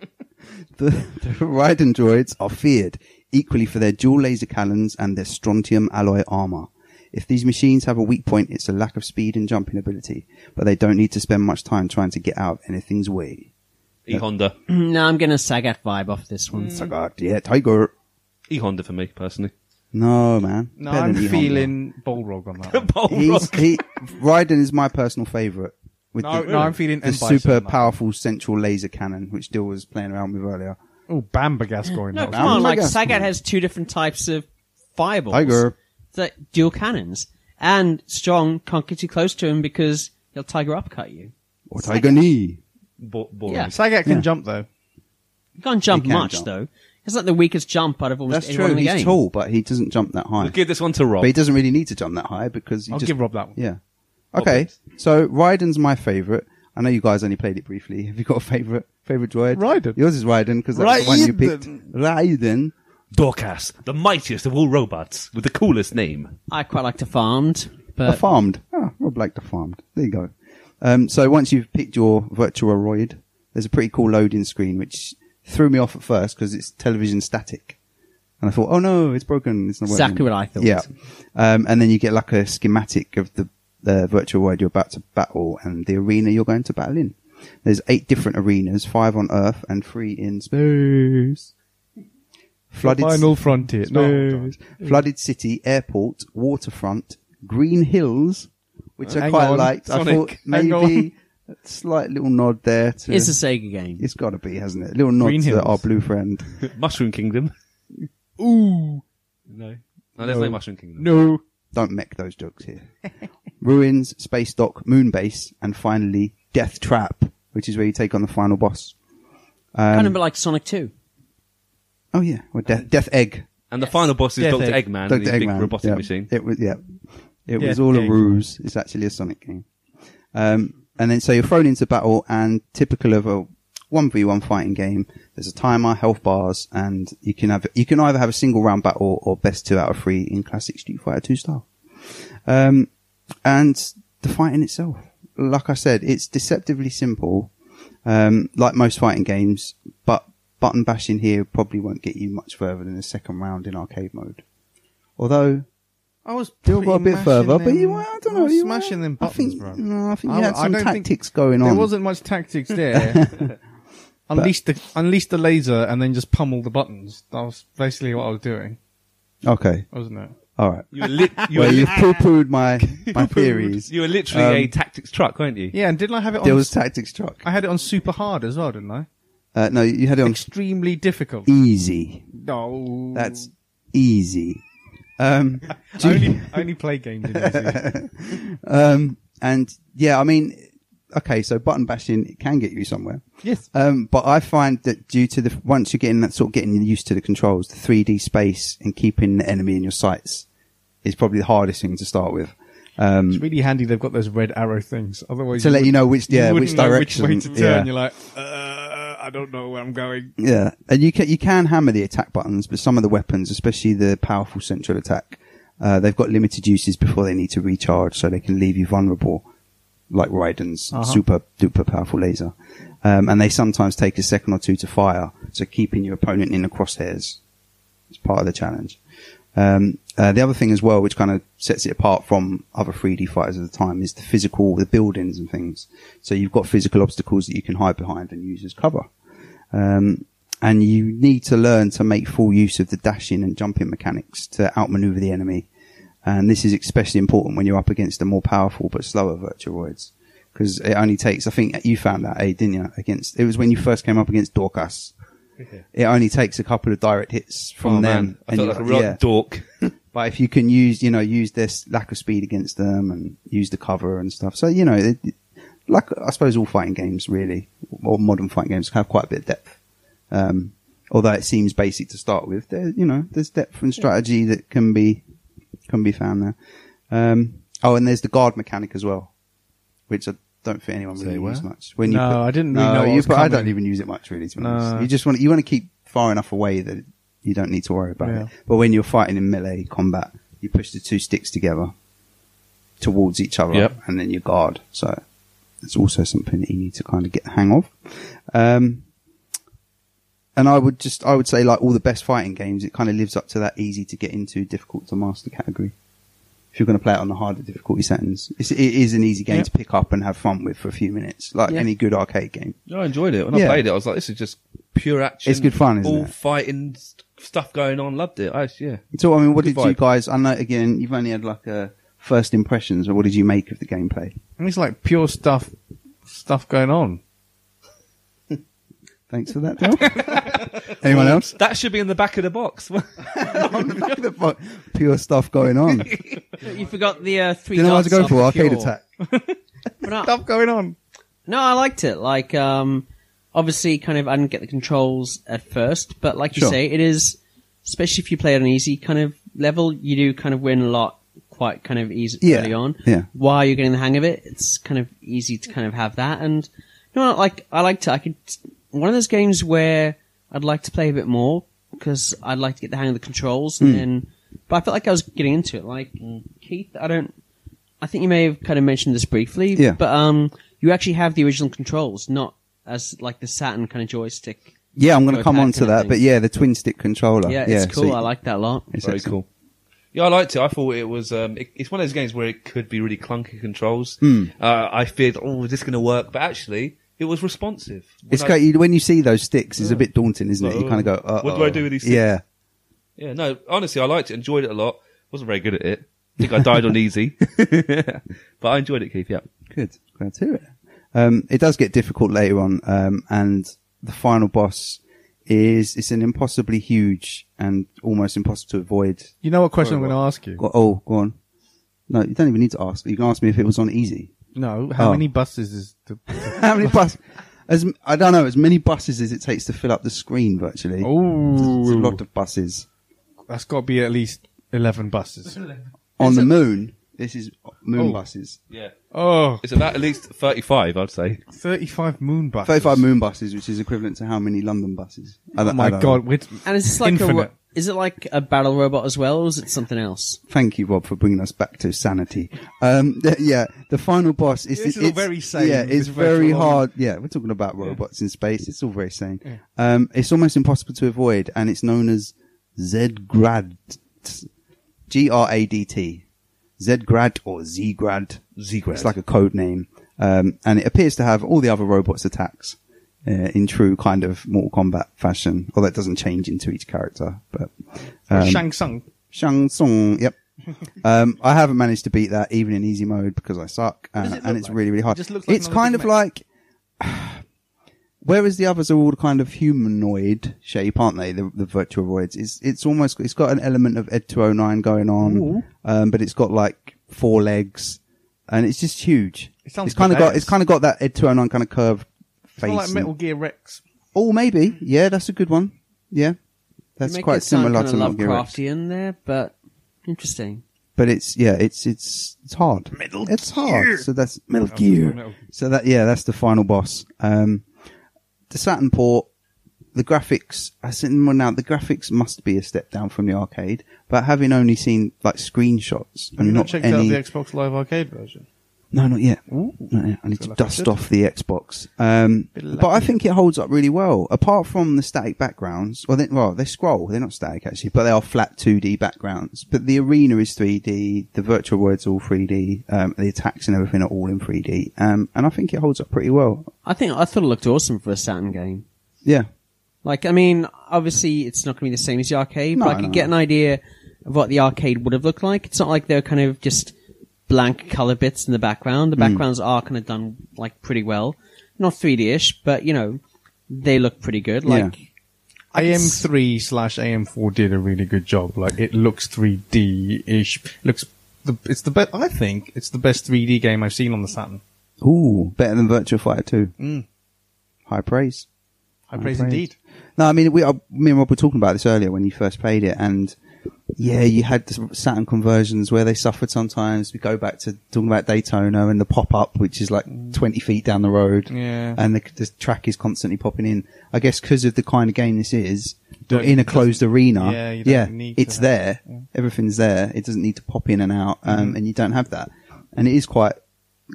[SPEAKER 3] the, the Raiden droids are feared equally for their dual laser cannons and their strontium alloy armor. If these machines have a weak point, it's a lack of speed and jumping ability, but they don't need to spend much time trying to get out of anything's way.
[SPEAKER 5] E Honda.
[SPEAKER 7] No, Mm, I'm getting a Sagat vibe off this
[SPEAKER 6] Hmm.
[SPEAKER 7] one.
[SPEAKER 3] Sagat, yeah, tiger.
[SPEAKER 5] E Honda for me, personally.
[SPEAKER 3] No, man.
[SPEAKER 6] No,
[SPEAKER 3] Better
[SPEAKER 6] I'm
[SPEAKER 3] than Ehon, man.
[SPEAKER 6] feeling Balrog on that. one.
[SPEAKER 3] He's, he, Raiden is my personal favourite. With
[SPEAKER 6] No,
[SPEAKER 3] the,
[SPEAKER 6] no, I'm feeling
[SPEAKER 3] the
[SPEAKER 6] M. Bison
[SPEAKER 3] super
[SPEAKER 6] on that.
[SPEAKER 3] powerful central laser cannon, which Dill was playing around with earlier.
[SPEAKER 6] Oh, Bamber Gascoigne.
[SPEAKER 7] No,
[SPEAKER 6] that was
[SPEAKER 7] come on,
[SPEAKER 3] Sagat.
[SPEAKER 7] like
[SPEAKER 3] Sagat.
[SPEAKER 7] Sagat has two different types of fireballs.
[SPEAKER 3] Tiger.
[SPEAKER 7] It's like dual cannons. And strong can't get too close to him because he'll tiger uppercut you.
[SPEAKER 3] Or Tiger Knee.
[SPEAKER 5] Bo- boring.
[SPEAKER 7] Yeah.
[SPEAKER 6] Sagat can
[SPEAKER 3] Yeah.
[SPEAKER 6] jump though.
[SPEAKER 7] He can't jump
[SPEAKER 3] He can
[SPEAKER 7] much
[SPEAKER 3] jump.
[SPEAKER 7] though. It's like the weakest jump out of almost
[SPEAKER 3] That's
[SPEAKER 7] everyone
[SPEAKER 3] true.
[SPEAKER 7] in the
[SPEAKER 3] He's
[SPEAKER 7] game.
[SPEAKER 3] tall, but he doesn't jump that high.
[SPEAKER 5] We'll give this one to Rob.
[SPEAKER 3] But he doesn't really need to jump that high because you
[SPEAKER 6] I'll
[SPEAKER 3] just.
[SPEAKER 6] give Rob that one.
[SPEAKER 3] Yeah. Okay. So Raiden's my favourite. I know you guys only played it briefly. Have you got a favourite favourite droid?
[SPEAKER 6] Raiden.
[SPEAKER 3] Yours is Raiden because that's the one you picked. Raiden.
[SPEAKER 5] Dorcas, the mightiest of all robots, with the coolest name.
[SPEAKER 7] I quite like to farmed,
[SPEAKER 3] The
[SPEAKER 7] but
[SPEAKER 3] farmed. Ah, Rob liked the farmed. There you go. Um, so once you've picked your Virtuaroid, there's a pretty cool loading screen, which threw me off at first because it's television static. And I thought, oh no, it's broken. It's not working.
[SPEAKER 7] Exactly what I thought.
[SPEAKER 3] Yeah. Um, and then you get like a schematic of the, the Virtuaroid you're about to battle and the arena you're going to battle in. There's eight different arenas, five on Earth and three in space. Flooded
[SPEAKER 6] Final Frontier.
[SPEAKER 3] Oh,
[SPEAKER 6] No.
[SPEAKER 3] flooded city, airport, waterfront, green hills, which I
[SPEAKER 6] Uh, Hang
[SPEAKER 3] quite
[SPEAKER 6] on,
[SPEAKER 3] liked. I
[SPEAKER 6] Sonic,
[SPEAKER 3] thought
[SPEAKER 6] hang
[SPEAKER 3] maybe a slight little nod there to.
[SPEAKER 7] it's a Sega game.
[SPEAKER 3] it's got to be, hasn't it? A little nod
[SPEAKER 6] Green
[SPEAKER 3] to
[SPEAKER 6] hills.
[SPEAKER 3] our blue friend.
[SPEAKER 5] Mushroom Kingdom. Ooh. No. No, there's no, Mushroom Kingdom.
[SPEAKER 6] No.
[SPEAKER 3] Don't make those jokes here. Ruins, space dock, moon base, and finally death trap, which is where you take on the final boss. Um,
[SPEAKER 7] kind of a bit like Sonic 2.
[SPEAKER 3] Oh yeah, or death, death egg.
[SPEAKER 5] And the final boss is
[SPEAKER 6] Death
[SPEAKER 5] Dr.
[SPEAKER 6] Egg.
[SPEAKER 5] Eggman,
[SPEAKER 3] Dr.
[SPEAKER 5] the big
[SPEAKER 3] Eggman.
[SPEAKER 5] robotic
[SPEAKER 3] Yeah.
[SPEAKER 5] machine.
[SPEAKER 3] It was yeah. It
[SPEAKER 6] Yeah,
[SPEAKER 3] was all a
[SPEAKER 6] egg.
[SPEAKER 3] ruse. It's actually a Sonic game. Um, and then so you're thrown into battle, and typical of a one v one fighting game, there's a timer, health bars, and you can have you can either have a single round battle or best two out of three in classic Street Fighter Two style. Um, and the fighting itself, like I said, it's deceptively simple, um, like most fighting games, but button bashing here probably won't get you much further than the second round in arcade mode. Although
[SPEAKER 6] I was
[SPEAKER 3] still got a
[SPEAKER 6] pretty
[SPEAKER 3] bit further,
[SPEAKER 6] mashing
[SPEAKER 3] but you,
[SPEAKER 6] them-
[SPEAKER 3] I don't
[SPEAKER 6] I
[SPEAKER 3] know,
[SPEAKER 6] was
[SPEAKER 3] you
[SPEAKER 6] smashing
[SPEAKER 3] were-
[SPEAKER 6] them
[SPEAKER 3] I think,
[SPEAKER 6] buttons, bro.
[SPEAKER 3] No, I think
[SPEAKER 6] I-
[SPEAKER 3] you had
[SPEAKER 6] I
[SPEAKER 3] some
[SPEAKER 6] don't think-
[SPEAKER 3] tactics going on.
[SPEAKER 6] There wasn't much tactics there. unleash the unleash the laser and then just pummel the buttons. That was basically what I was doing,
[SPEAKER 3] Okay,
[SPEAKER 6] wasn't it?
[SPEAKER 3] all right.
[SPEAKER 5] You were, li- you, were
[SPEAKER 3] Well,
[SPEAKER 5] li-
[SPEAKER 3] you've poo-pooed my my theories. Um,
[SPEAKER 5] you were literally a tactics truck, weren't you?
[SPEAKER 6] Yeah, and didn't I have it on?
[SPEAKER 3] There was tactics truck.
[SPEAKER 6] I had it on super hard as well, didn't I?
[SPEAKER 3] Uh, no, you had it on
[SPEAKER 6] Extremely difficult.
[SPEAKER 3] easy.
[SPEAKER 6] No,
[SPEAKER 3] That's easy. Um, do you-
[SPEAKER 6] only I only play games. In easy.
[SPEAKER 3] Um, and yeah, I mean, okay, so button bashing can get you somewhere.
[SPEAKER 5] Yes.
[SPEAKER 3] Um, but I find that due to the once you're getting that sort of getting used to the controls, the 3D space and keeping the enemy in your sights is probably the hardest thing to start with.
[SPEAKER 6] It's really handy they've got those red arrow things. Otherwise,
[SPEAKER 3] To let you
[SPEAKER 6] wouldn't-
[SPEAKER 3] know which yeah
[SPEAKER 6] wouldn't
[SPEAKER 3] which
[SPEAKER 6] know
[SPEAKER 3] direction
[SPEAKER 6] which way to turn.
[SPEAKER 3] yeah.
[SPEAKER 6] You're like, uh, I don't know where I'm going.
[SPEAKER 3] Yeah, and you can you can hammer the attack buttons, but some of the weapons, especially the powerful central attack, uh, they've got limited uses before they need to recharge, so they can leave you vulnerable, like Raiden's
[SPEAKER 6] Uh-huh.
[SPEAKER 3] super duper powerful laser. Um, and they sometimes take a second or two to fire, so keeping your opponent in the crosshairs is part of the challenge. Um, uh, the other thing as well, which kind of sets it apart from other 3D fighters at the time, is the physical, the buildings and things. So you've got physical obstacles that you can hide behind and use as cover. Um, and you need to learn to make full use of the dashing and jumping mechanics to outmaneuver the enemy. And this is especially important when you're up against the more powerful but slower virtuoids. Because it only takes, I think you found that, eh, didn't you? Against, it was when you first came up against Dorcas. It only takes a couple of direct hits from
[SPEAKER 5] oh,
[SPEAKER 3] them.
[SPEAKER 5] man. I
[SPEAKER 3] and
[SPEAKER 5] felt
[SPEAKER 3] you're
[SPEAKER 5] like a real
[SPEAKER 3] yeah.
[SPEAKER 5] dork.
[SPEAKER 3] But if you can use, you know, use this lack of speed against them and use the cover and stuff. So, you know, it, it- like, I suppose all fighting games really, or modern fighting games have quite a bit of depth. Um, although it seems basic to start with, there, you know, there's depth and strategy that can be, can be found there. Um, oh, and there's the guard mechanic as well, which I don't think anyone really uses much. When
[SPEAKER 6] No, I didn't really
[SPEAKER 3] no,
[SPEAKER 6] know what
[SPEAKER 3] you
[SPEAKER 6] was
[SPEAKER 3] put- I don't
[SPEAKER 6] coming.
[SPEAKER 3] even use it much really, to be
[SPEAKER 6] No.
[SPEAKER 3] honest. You just want, you want to keep far enough away that you don't need to worry about
[SPEAKER 6] Yeah.
[SPEAKER 3] it. But when you're fighting in melee combat, you push the two sticks together towards each other,
[SPEAKER 5] Yep.
[SPEAKER 3] and then you guard. So it's also something that you need to kind of get the hang of. Um, and I would just, I would say, like all the best fighting games, it kind of lives up to that easy to get into, difficult to master category. If you're going to play it on the harder difficulty settings, it's, it is an easy game
[SPEAKER 6] Yep.
[SPEAKER 3] to pick up and have fun with for a few minutes, like
[SPEAKER 7] Yeah.
[SPEAKER 3] any good arcade game.
[SPEAKER 5] No, I enjoyed it. When
[SPEAKER 3] Yeah.
[SPEAKER 5] I played it, I was like, this is just pure action.
[SPEAKER 3] It's good fun, isn't
[SPEAKER 5] all
[SPEAKER 3] it?
[SPEAKER 5] fighting st- stuff going on. Loved it. I, yeah.
[SPEAKER 3] So, I mean, what
[SPEAKER 5] Good
[SPEAKER 3] did you
[SPEAKER 5] vibe.
[SPEAKER 3] guys? I know again, you've only had like a first impressions, but what did you make of the gameplay?
[SPEAKER 6] And it's like pure stuff, stuff going on.
[SPEAKER 3] Thanks for that, Del. Anyone else?
[SPEAKER 5] That should be in the back of the box.
[SPEAKER 3] Pure stuff going on. Do
[SPEAKER 7] You forgot the uh, three.
[SPEAKER 3] you know what to
[SPEAKER 7] dots
[SPEAKER 3] go
[SPEAKER 7] off
[SPEAKER 3] for?
[SPEAKER 7] the
[SPEAKER 3] Arcade
[SPEAKER 7] cure.
[SPEAKER 3] attack.
[SPEAKER 7] But I-
[SPEAKER 6] Stuff going on.
[SPEAKER 7] No, I liked it. Like, um, obviously, kind of, I didn't get the controls at first, but like you
[SPEAKER 3] Sure.
[SPEAKER 7] say, it is, especially if you play it on easy kind of level, you do kind of win a lot quite kind of easy
[SPEAKER 3] Yeah,
[SPEAKER 7] early on.
[SPEAKER 3] yeah.
[SPEAKER 7] While you're getting the hang of it, it's kind of easy to kind of have that. And, you know, like, I liked it. I could, one of those games where I'd like to play a bit more because I'd like to get the hang of the controls
[SPEAKER 3] Hmm.
[SPEAKER 7] and then, but I felt like I was getting into it. Like, Keith, I don't, I think you may have kind of mentioned this briefly,
[SPEAKER 3] Yeah.
[SPEAKER 7] but um, you actually have the original controls, not as like the Saturn kind of joystick.
[SPEAKER 3] Yeah, I'm going to
[SPEAKER 7] Go
[SPEAKER 3] come
[SPEAKER 7] attack
[SPEAKER 3] on to
[SPEAKER 7] kind of
[SPEAKER 3] that,
[SPEAKER 7] thing.
[SPEAKER 3] but yeah, the twin stick controller.
[SPEAKER 7] Yeah, it's
[SPEAKER 3] so
[SPEAKER 7] cool.
[SPEAKER 3] you-
[SPEAKER 7] I like that a lot.
[SPEAKER 3] Uh, it's
[SPEAKER 5] Very
[SPEAKER 3] excellent.
[SPEAKER 5] cool. Yeah, I liked it. I thought it was. Um, it, it's one of those games where it could be really clunky controls.
[SPEAKER 3] Hmm.
[SPEAKER 5] Uh, I feared, oh, is this going to work? But actually, it was responsive. When
[SPEAKER 3] It's
[SPEAKER 5] I-
[SPEAKER 3] great. you- When you see those sticks, it's a bit daunting, isn't it? You
[SPEAKER 5] Oh,
[SPEAKER 3] kind of go,
[SPEAKER 5] what do
[SPEAKER 3] uh-oh.
[SPEAKER 5] I do with these sticks?
[SPEAKER 3] Yeah.
[SPEAKER 5] Yeah, no, honestly, I liked it. Enjoyed it a lot. Wasn't very good at it. I think I died on easy, but I enjoyed it, Keith. Yeah,
[SPEAKER 3] Good. Glad to hear it. Um, it does get difficult later on, um, and the final boss is it's an impossibly huge and almost impossible to avoid.
[SPEAKER 6] You know what question I'm going to ask you?
[SPEAKER 3] Go- Oh, go on. No, you don't even need to ask. You can ask me if it was on easy.
[SPEAKER 6] No, how
[SPEAKER 3] Oh.
[SPEAKER 6] many buses is the?
[SPEAKER 3] How many bus? As m- I don't know, as many buses as it takes to fill up the screen virtually. It's a
[SPEAKER 6] Oh,
[SPEAKER 3] lot of buses
[SPEAKER 6] that's got to be at least eleven buses.
[SPEAKER 3] on the moon. This is moon
[SPEAKER 6] Oh.
[SPEAKER 3] buses.
[SPEAKER 5] yeah.
[SPEAKER 6] Oh,
[SPEAKER 5] It's about at least thirty-five, I'd say.
[SPEAKER 6] 35 moon buses.
[SPEAKER 3] Thirty-five moon buses, which is equivalent to how many London buses? I
[SPEAKER 6] Oh
[SPEAKER 3] don't- I
[SPEAKER 6] my
[SPEAKER 3] don't
[SPEAKER 6] god,
[SPEAKER 3] know.
[SPEAKER 6] we're
[SPEAKER 7] And is this like a
[SPEAKER 6] Infinite.
[SPEAKER 7] ro- is it like a battle robot as well, or is it something else?
[SPEAKER 3] Thank you, Rob, for bringing us back to sanity. Um, th- yeah, the final boss is
[SPEAKER 6] This is all
[SPEAKER 3] it's-
[SPEAKER 6] very sane,
[SPEAKER 3] Yeah, it's
[SPEAKER 6] this
[SPEAKER 3] very
[SPEAKER 6] virtual
[SPEAKER 3] hard. Yeah, we're talking about robots in space. It's all very sane. Um, it's almost impossible to avoid, and it's known as Z-grad, G R A D T, Z-grad or Z-grad.
[SPEAKER 5] Z-grad.
[SPEAKER 3] It's like a code name, um, and it appears to have all the other robots' attacks. Uh, in true kind of Mortal Kombat fashion, although it doesn't change into each character, but Um,
[SPEAKER 6] Shang Tsung.
[SPEAKER 3] Shang Tsung. Yep. um, I haven't managed to beat that even in easy mode because I suck, and,
[SPEAKER 6] it
[SPEAKER 3] and
[SPEAKER 6] look
[SPEAKER 3] it's
[SPEAKER 6] like?
[SPEAKER 3] really really hard.
[SPEAKER 6] It just looks like
[SPEAKER 3] it's
[SPEAKER 6] another
[SPEAKER 3] kind
[SPEAKER 6] Big
[SPEAKER 3] of
[SPEAKER 6] Mac.
[SPEAKER 3] like. Whereas the others are all kind of humanoid shape, aren't they? The, the virtual roids. It's it's almost oh it's got an element of Ed 209 going on, um, but it's got like four legs and it's just huge.
[SPEAKER 6] It sounds
[SPEAKER 3] it's kind of got
[SPEAKER 6] bananas.
[SPEAKER 3] it's kind of got that Ed 209 kind of curved
[SPEAKER 6] It's
[SPEAKER 3] face.
[SPEAKER 6] not like
[SPEAKER 3] and-
[SPEAKER 6] Metal Gear Rex.
[SPEAKER 3] Oh, maybe. Yeah, that's a good one. Yeah, that's
[SPEAKER 7] Make
[SPEAKER 3] quite
[SPEAKER 7] it sound
[SPEAKER 3] similar to
[SPEAKER 7] kinda
[SPEAKER 3] Metal Gear Rex.
[SPEAKER 7] Lovecraftian there, but interesting.
[SPEAKER 3] But it's yeah, it's it's it's hard.
[SPEAKER 6] Metal
[SPEAKER 3] it's hard. So that's Metal
[SPEAKER 6] was
[SPEAKER 3] Gear.
[SPEAKER 6] Metal-
[SPEAKER 3] So that yeah, that's the final boss. Um, the Saturn port, the graphics. I sitting one out. The graphics must be a step down from the arcade. But having only seen like screenshots and
[SPEAKER 6] Have you not
[SPEAKER 3] not,
[SPEAKER 6] checked
[SPEAKER 3] any,
[SPEAKER 6] out the Xbox Live Arcade version?
[SPEAKER 3] No, not yet. Not yet. I need to
[SPEAKER 6] like I
[SPEAKER 3] dust
[SPEAKER 6] said.
[SPEAKER 3] off the Xbox. Um,
[SPEAKER 6] Bit of
[SPEAKER 3] but I
[SPEAKER 6] lucky.
[SPEAKER 3] think it holds up really well. Apart from the static backgrounds, well, they, well, they scroll. They're not static actually, but they are flat 2D backgrounds. But the arena is 3D. The virtual world's all 3D. Um, the attacks and everything are all in 3D. Um, and I think it holds up pretty well.
[SPEAKER 7] I think I thought it looked awesome for a Saturn game.
[SPEAKER 3] Yeah.
[SPEAKER 7] Like, I mean, obviously it's not going to be the same as the arcade,
[SPEAKER 3] No,
[SPEAKER 7] but I could
[SPEAKER 3] no,
[SPEAKER 7] get
[SPEAKER 3] no.
[SPEAKER 7] an idea of what the arcade would have looked like. It's not like they're kind of just blank color bits in the background. The
[SPEAKER 3] Hmm.
[SPEAKER 7] backgrounds are kind of done like pretty well, not 3D-ish, but you know, they look pretty good. Like,
[SPEAKER 6] AM3 slash AM4 did a really good job. Like it looks 3D ish. Looks the it's the best. I think it's the best 3D game I've seen on the Saturn.
[SPEAKER 3] Ooh, better than Virtual Fighter 2.
[SPEAKER 6] Mm.
[SPEAKER 3] High praise.
[SPEAKER 6] I praise
[SPEAKER 3] praise.
[SPEAKER 6] indeed.
[SPEAKER 3] No, I mean, we, uh, me and Rob were talking about this earlier when you first played it, and yeah, you had the Saturn conversions where they suffered sometimes. We go back to talking about Daytona and the pop up, which is like
[SPEAKER 6] Mm.
[SPEAKER 3] 20 feet down the road.
[SPEAKER 6] Yeah.
[SPEAKER 3] And the, the track is constantly popping in. I guess because of the kind of game this is,
[SPEAKER 6] Don't-
[SPEAKER 3] in a closed arena,
[SPEAKER 6] yeah, you don't need to
[SPEAKER 3] it's
[SPEAKER 6] have-
[SPEAKER 3] there. Everything's there. It doesn't need to pop in and out,
[SPEAKER 6] Mm-hmm.
[SPEAKER 3] um, and you don't have that. And it is quite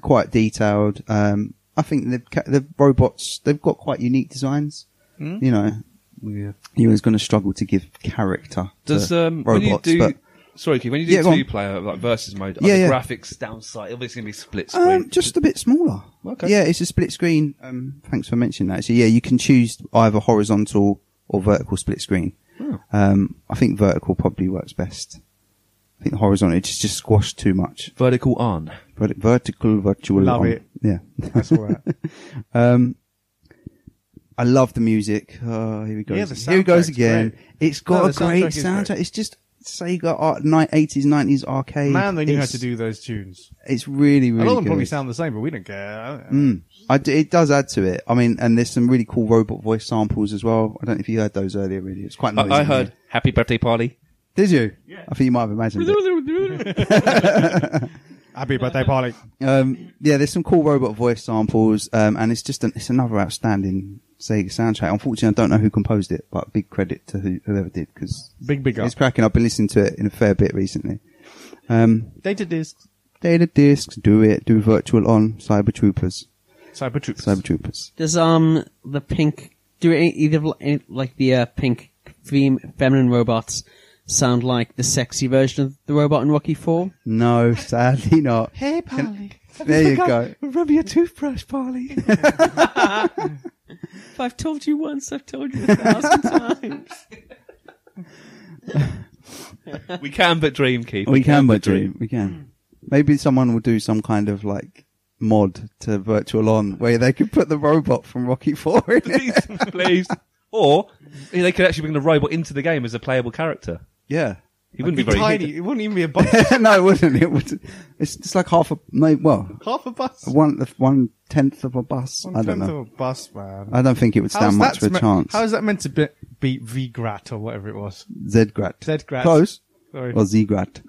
[SPEAKER 3] quite detailed. Um, I think the ca- the robots they've got quite unique designs.
[SPEAKER 6] Hmm?
[SPEAKER 3] You know, you was going to struggle to give character
[SPEAKER 5] Does
[SPEAKER 3] to
[SPEAKER 5] um, when you
[SPEAKER 3] robots,
[SPEAKER 5] do
[SPEAKER 3] but
[SPEAKER 5] sorry, Keith, when you do
[SPEAKER 3] Yeah, go on.
[SPEAKER 5] two player like versus mode, are
[SPEAKER 3] Yeah,
[SPEAKER 5] the
[SPEAKER 3] yeah.
[SPEAKER 5] graphics downside? Obviously, going to be split screen.
[SPEAKER 3] um, just a bit smaller.
[SPEAKER 5] Okay.
[SPEAKER 3] Yeah, it's a split screen. Um, thanks for mentioning that. So yeah, you can choose either horizontal or vertical split screen. Um, I think vertical probably works best. I think the horizontal it's just squashed too much.
[SPEAKER 5] vertical on.
[SPEAKER 3] Vert- Vertical, virtual.
[SPEAKER 6] Love
[SPEAKER 3] on-
[SPEAKER 6] it.
[SPEAKER 3] Yeah.
[SPEAKER 6] That's all right.
[SPEAKER 3] Um, I love the music. Oh, here we go.
[SPEAKER 6] Yeah, the
[SPEAKER 3] here it goes
[SPEAKER 6] soundtrack's
[SPEAKER 3] again.
[SPEAKER 6] great.
[SPEAKER 3] It's got
[SPEAKER 6] No,
[SPEAKER 3] a
[SPEAKER 6] the
[SPEAKER 3] great
[SPEAKER 6] soundtrack is
[SPEAKER 3] soundtrack.
[SPEAKER 6] great.
[SPEAKER 3] It's just Sega art, night eighties, nineties arcade.
[SPEAKER 6] Man, they knew how
[SPEAKER 3] It's-
[SPEAKER 6] to do those tunes.
[SPEAKER 3] It's really, really.
[SPEAKER 6] a lot of them
[SPEAKER 3] good.
[SPEAKER 6] probably sound the same, but we don't care. I don't-
[SPEAKER 3] Mm. I d- it does add to it. I mean, and there's some really cool robot voice samples as well. I don't know if you heard those earlier. Really, it's quite noisy.
[SPEAKER 5] I, I heard "Happy Birthday Party."
[SPEAKER 3] Did you? Yeah. I think you might have imagined it.
[SPEAKER 6] Happy birthday party.
[SPEAKER 3] Um, yeah, there's some cool robot voice samples, um, and it's just an, it's another outstanding Sega soundtrack. Unfortunately, I don't know who composed it, but big credit to who, whoever did because
[SPEAKER 6] Big, big up.
[SPEAKER 3] it's cracking. I've been listening to it in a fair bit recently. Um,
[SPEAKER 6] Data discs.
[SPEAKER 3] data discs, do it, do virtual on Cyber Troopers,
[SPEAKER 6] Cyber Troops.
[SPEAKER 3] Cyber Troopers.
[SPEAKER 7] does, um, the pink, do any, either of, any, like the, uh, pink fem- feminine robots sound like the sexy version of the robot in Rocky 4?
[SPEAKER 3] No, sadly not.
[SPEAKER 6] Hey, Polly.
[SPEAKER 3] There you go.
[SPEAKER 6] Rub your toothbrush, Polly.
[SPEAKER 7] If I've told you once, I've told you a thousand times.
[SPEAKER 5] We can but dream, Keith.
[SPEAKER 3] We can, but dream. We can. Maybe someone will do some kind of like mod to virtual on where they could put the robot from Rocky Four in it.
[SPEAKER 5] please, please. Or they could actually bring the robot into the game as a playable character.
[SPEAKER 3] Yeah.
[SPEAKER 5] He wouldn't be very
[SPEAKER 6] Tiny. It wouldn't even be a bus.
[SPEAKER 3] no, it wouldn't. It would. It's it's like half a no. Well,
[SPEAKER 6] Half a bus.
[SPEAKER 3] one the one tenth of a bus.
[SPEAKER 6] One
[SPEAKER 3] I don't
[SPEAKER 6] tenth
[SPEAKER 3] know.
[SPEAKER 6] of a bus, man.
[SPEAKER 3] I don't think it would stand much of a
[SPEAKER 6] me-
[SPEAKER 3] chance.
[SPEAKER 6] How is that meant to be, beat Vgrat or whatever it was?
[SPEAKER 3] Zedgrat.
[SPEAKER 6] Zedgrat.
[SPEAKER 3] Close.
[SPEAKER 6] Sorry,
[SPEAKER 3] Or Zgrat.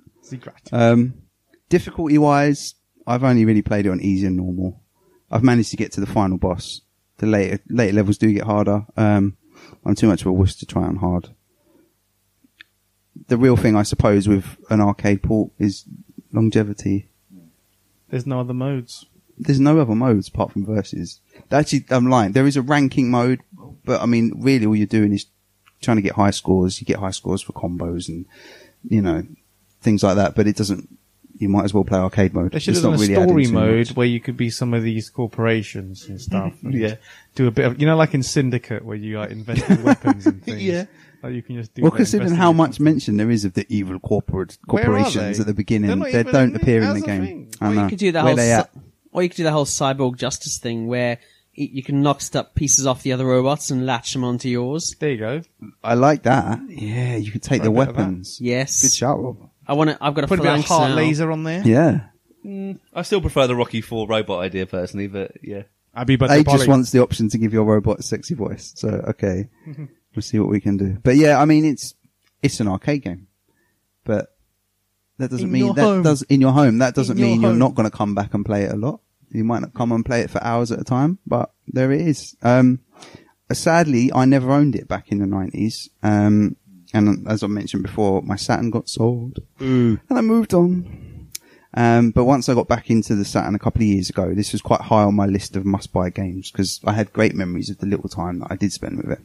[SPEAKER 6] Zgrat.
[SPEAKER 3] Um, difficulty wise, I've only really played it on easy and normal. I've managed to get to the final boss. The later later levels do get harder. Um, I'm too much of a wuss to try on hard. The real thing, I suppose, with an arcade port is longevity.
[SPEAKER 6] There's no other modes.
[SPEAKER 3] There's no other modes apart from versus. Actually, I'm lying. There is a ranking mode, but I mean, really, all you're doing is trying to get high scores. You get high scores for combos and you know things like that. But it doesn't. You might as well play arcade mode.
[SPEAKER 6] There should
[SPEAKER 3] It's
[SPEAKER 6] have
[SPEAKER 3] not
[SPEAKER 6] been
[SPEAKER 3] really
[SPEAKER 6] a
[SPEAKER 3] adding
[SPEAKER 6] story
[SPEAKER 3] too much.
[SPEAKER 6] mode where you could be some of these corporations and stuff. and
[SPEAKER 5] Yeah.
[SPEAKER 6] do a bit of you know, like in Syndicate, where you like invest in weapons and things.
[SPEAKER 5] Yeah.
[SPEAKER 6] like you can just do.
[SPEAKER 3] Well,
[SPEAKER 6] that,
[SPEAKER 3] considering
[SPEAKER 6] invest in
[SPEAKER 3] how
[SPEAKER 6] it.
[SPEAKER 3] much mention there is of the evil corporate
[SPEAKER 6] Where are
[SPEAKER 3] corporations
[SPEAKER 6] they?
[SPEAKER 3] at the beginning,
[SPEAKER 6] They're not
[SPEAKER 3] they
[SPEAKER 6] even
[SPEAKER 3] don't
[SPEAKER 6] in the-
[SPEAKER 3] appear in
[SPEAKER 6] that's
[SPEAKER 3] the
[SPEAKER 6] the
[SPEAKER 3] game.
[SPEAKER 6] thing.
[SPEAKER 3] I
[SPEAKER 7] Or
[SPEAKER 3] know.
[SPEAKER 7] you could do the
[SPEAKER 3] Where
[SPEAKER 7] whole,
[SPEAKER 3] they
[SPEAKER 7] cy-
[SPEAKER 3] at?
[SPEAKER 7] or you could do the whole cyborg justice thing where y- you can knock up pieces off the other robots and latch them onto yours.
[SPEAKER 6] There you go.
[SPEAKER 3] I like that. Yeah, you could take
[SPEAKER 6] Try
[SPEAKER 3] the
[SPEAKER 6] a bit of that.
[SPEAKER 3] weapons.
[SPEAKER 7] Yes,
[SPEAKER 3] Good shout, Rob.
[SPEAKER 7] I want to. I've got a
[SPEAKER 6] Put a bit of
[SPEAKER 7] phalanx
[SPEAKER 6] heart
[SPEAKER 7] now.
[SPEAKER 6] laser on there.
[SPEAKER 3] Yeah.
[SPEAKER 5] I still prefer the Rocky Four robot idea personally, but yeah.
[SPEAKER 6] Abby
[SPEAKER 3] A
[SPEAKER 6] Butterpoly.
[SPEAKER 3] just wants the option to give your robot a sexy voice. So okay, we'll see what we can do. But yeah, I mean it's it's an arcade game, but that doesn't
[SPEAKER 6] In
[SPEAKER 3] mean
[SPEAKER 6] your
[SPEAKER 3] that
[SPEAKER 6] home.
[SPEAKER 3] does in your home. That doesn't
[SPEAKER 6] In your
[SPEAKER 3] mean you're
[SPEAKER 6] home.
[SPEAKER 3] not going to come back and play it a lot. You might not come and play it for hours at a time, but there it is. Um, sadly, I never owned it back in the nineties. Um, and as I mentioned before, my Saturn got sold, and I moved on. Um, but once I got back into the Saturn a couple of years ago, this was quite high on my list of must-buy games because I had great memories of the little time that I did spend with it.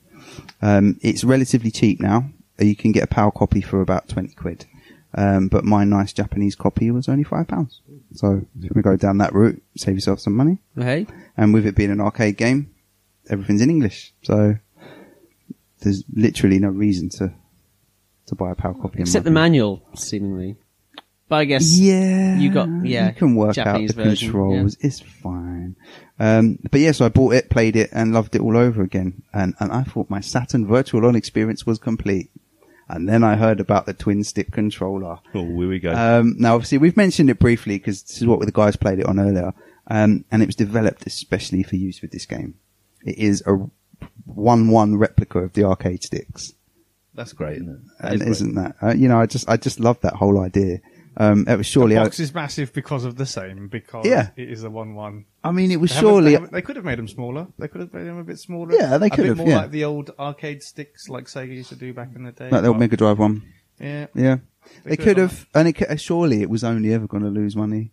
[SPEAKER 3] Um, it's relatively cheap now. You can get a PAL copy for about 20 quid. Um, but my nice Japanese copy was only five pounds. So if you want to go down that route, save yourself some money.
[SPEAKER 7] Hey,
[SPEAKER 3] And with it being an arcade game, everything's in English. So there's literally no reason to, to buy a PAL copy. in my
[SPEAKER 7] except the
[SPEAKER 3] opinion.
[SPEAKER 7] manual, seemingly. But I guess
[SPEAKER 3] Yeah,
[SPEAKER 7] you got- yeah,
[SPEAKER 3] You can work
[SPEAKER 7] Japanese
[SPEAKER 3] out the
[SPEAKER 7] version,
[SPEAKER 3] controls. It's fine. Um, but yeah, so I bought it, played it, and loved it all over again. And and I thought my Saturn Virtual On experience was complete. And then I heard about the twin stick controller.
[SPEAKER 5] Oh, here we go.
[SPEAKER 3] Um, now, obviously, we've mentioned it briefly because this is what the guys played it on earlier, um, and it was developed especially for use with this game. It is a one-one replica of the arcade sticks
[SPEAKER 5] That's great, isn't it? That
[SPEAKER 3] and
[SPEAKER 5] is great.
[SPEAKER 3] isn't that? Uh, you know, I just I just love that whole idea. Um, it was surely
[SPEAKER 6] the box is massive because of the same. Because
[SPEAKER 3] Yeah.
[SPEAKER 6] it is a one-one.
[SPEAKER 3] I mean, it was
[SPEAKER 6] They haven't- they
[SPEAKER 3] surely
[SPEAKER 6] haven't- they could have made them smaller. They could have made them a bit smaller.
[SPEAKER 3] Yeah, they could
[SPEAKER 6] a bit
[SPEAKER 3] have,
[SPEAKER 6] more
[SPEAKER 3] yeah.
[SPEAKER 6] like the old arcade sticks, like Sega used to do back in the day.
[SPEAKER 3] like the old Mega Drive one.
[SPEAKER 6] Yeah,
[SPEAKER 3] Yeah, they,
[SPEAKER 6] They
[SPEAKER 3] could
[SPEAKER 6] could have
[SPEAKER 3] have, and it, cou- uh, surely it was only ever going to lose money.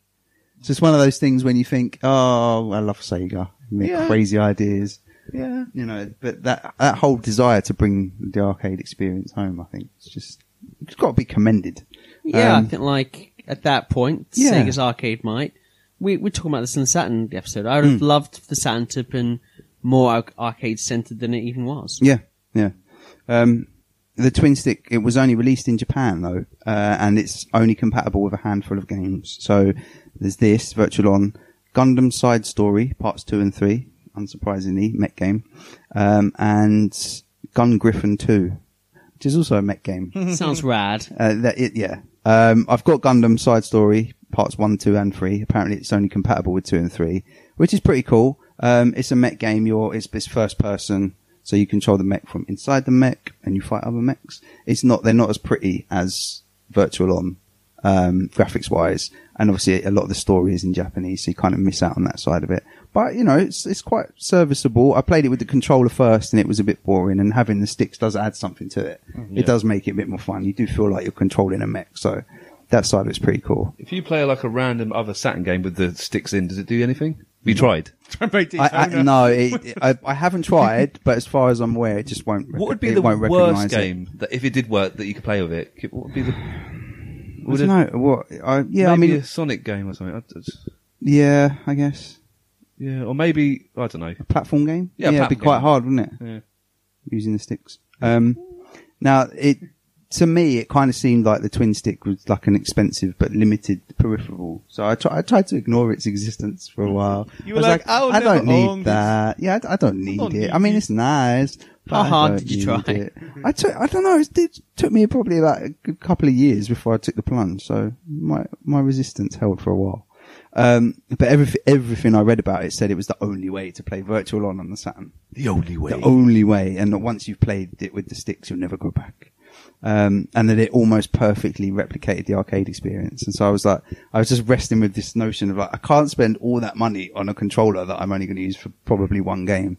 [SPEAKER 3] It's just one of those things when you think, oh, I love Sega, and their
[SPEAKER 6] Yeah.
[SPEAKER 3] crazy ideas,
[SPEAKER 6] yeah.
[SPEAKER 3] you know. But that that whole desire to bring the arcade experience home, I think, it's just it's got to be commended.
[SPEAKER 7] Yeah,
[SPEAKER 3] Um,
[SPEAKER 7] I think like at that point,
[SPEAKER 3] Yeah.
[SPEAKER 7] Sega's arcade might. We we're talking about this in the Saturn episode. I would
[SPEAKER 3] Hmm.
[SPEAKER 7] have loved for the Saturn to have been more ar- arcade centered than it even was.
[SPEAKER 3] Yeah, yeah. Um, the twin stick. It was only released in Japan though, uh, and it's only compatible with a handful of games. So there's this Virtual On, Gundam Side Story Parts Two and Three, unsurprisingly mech game, um, and Gun Griffin Two, which is also a mech game.
[SPEAKER 7] Sounds rad.
[SPEAKER 3] Uh, that it, yeah. Um, I've got Gundam Side Story parts one, two, and three. Apparently, it's only compatible with two and three, which is pretty cool. Um, it's a mech game. You're it's, it's first person, so you control the mech from inside the mech and you fight other mechs. It's not they're not as pretty as Virtual On um, graphics wise, and obviously a lot of the story is in Japanese, so you kind of miss out on that side of it. But you know, it's it's quite serviceable. I played it with the controller first, and it was a bit boring. And having the sticks does add something to it.
[SPEAKER 5] Mm,
[SPEAKER 3] It does make it a bit more fun. You do feel like you're controlling a mech, so that side of it's pretty cool.
[SPEAKER 5] If you play like a random other Saturn game with the sticks in, does it do anything? Have you
[SPEAKER 3] Mm.
[SPEAKER 5] tried?
[SPEAKER 3] I, I, no, it, it- I, I haven't tried, but as far as I'm aware, it just won't. rec-
[SPEAKER 5] What would be
[SPEAKER 3] it
[SPEAKER 5] the
[SPEAKER 3] won't
[SPEAKER 5] worst
[SPEAKER 3] recognise it.
[SPEAKER 5] game that if it did work that you could play with it? What would be the? Would
[SPEAKER 3] I
[SPEAKER 5] it,
[SPEAKER 3] don't know what. I, yeah,
[SPEAKER 5] maybe
[SPEAKER 3] I mean,
[SPEAKER 5] a Sonic game or something. I, I-
[SPEAKER 3] yeah, I guess
[SPEAKER 5] yeah, or maybe I don't know.
[SPEAKER 3] platform game.
[SPEAKER 5] Yeah,
[SPEAKER 3] it'd be
[SPEAKER 5] platform
[SPEAKER 3] quite
[SPEAKER 5] game.
[SPEAKER 3] hard, wouldn't it?
[SPEAKER 5] Yeah.
[SPEAKER 3] using the sticks. Um, now it to me it kind of seemed like the twin stick was like an expensive but limited peripheral. So I, try, I tried to ignore its existence for a while. I
[SPEAKER 6] You were
[SPEAKER 3] was
[SPEAKER 6] like, "I'll
[SPEAKER 3] I don't
[SPEAKER 6] never own
[SPEAKER 3] need
[SPEAKER 6] this."
[SPEAKER 3] that. Yeah, I d- I, don't need
[SPEAKER 6] don't
[SPEAKER 3] it.
[SPEAKER 6] need
[SPEAKER 3] I mean,
[SPEAKER 6] it."
[SPEAKER 3] it's nice. but
[SPEAKER 7] How
[SPEAKER 3] I
[SPEAKER 7] hard
[SPEAKER 3] don't
[SPEAKER 7] did you
[SPEAKER 3] need
[SPEAKER 7] try?
[SPEAKER 3] it. I took I don't know. It did, took me probably about a good couple of years before I took the plunge. So my my resistance held for a while. Um, but everything, everything I read about it said it was the only way to play Virtual On on the Saturn
[SPEAKER 5] The only way.
[SPEAKER 3] the only way, and that once you've played it with the sticks, you'll never go back. Um, and that it almost perfectly replicated the arcade experience. And so I was like, I was just wrestling with this notion of like, I can't spend all that money on a controller that I'm only going to use for probably one game.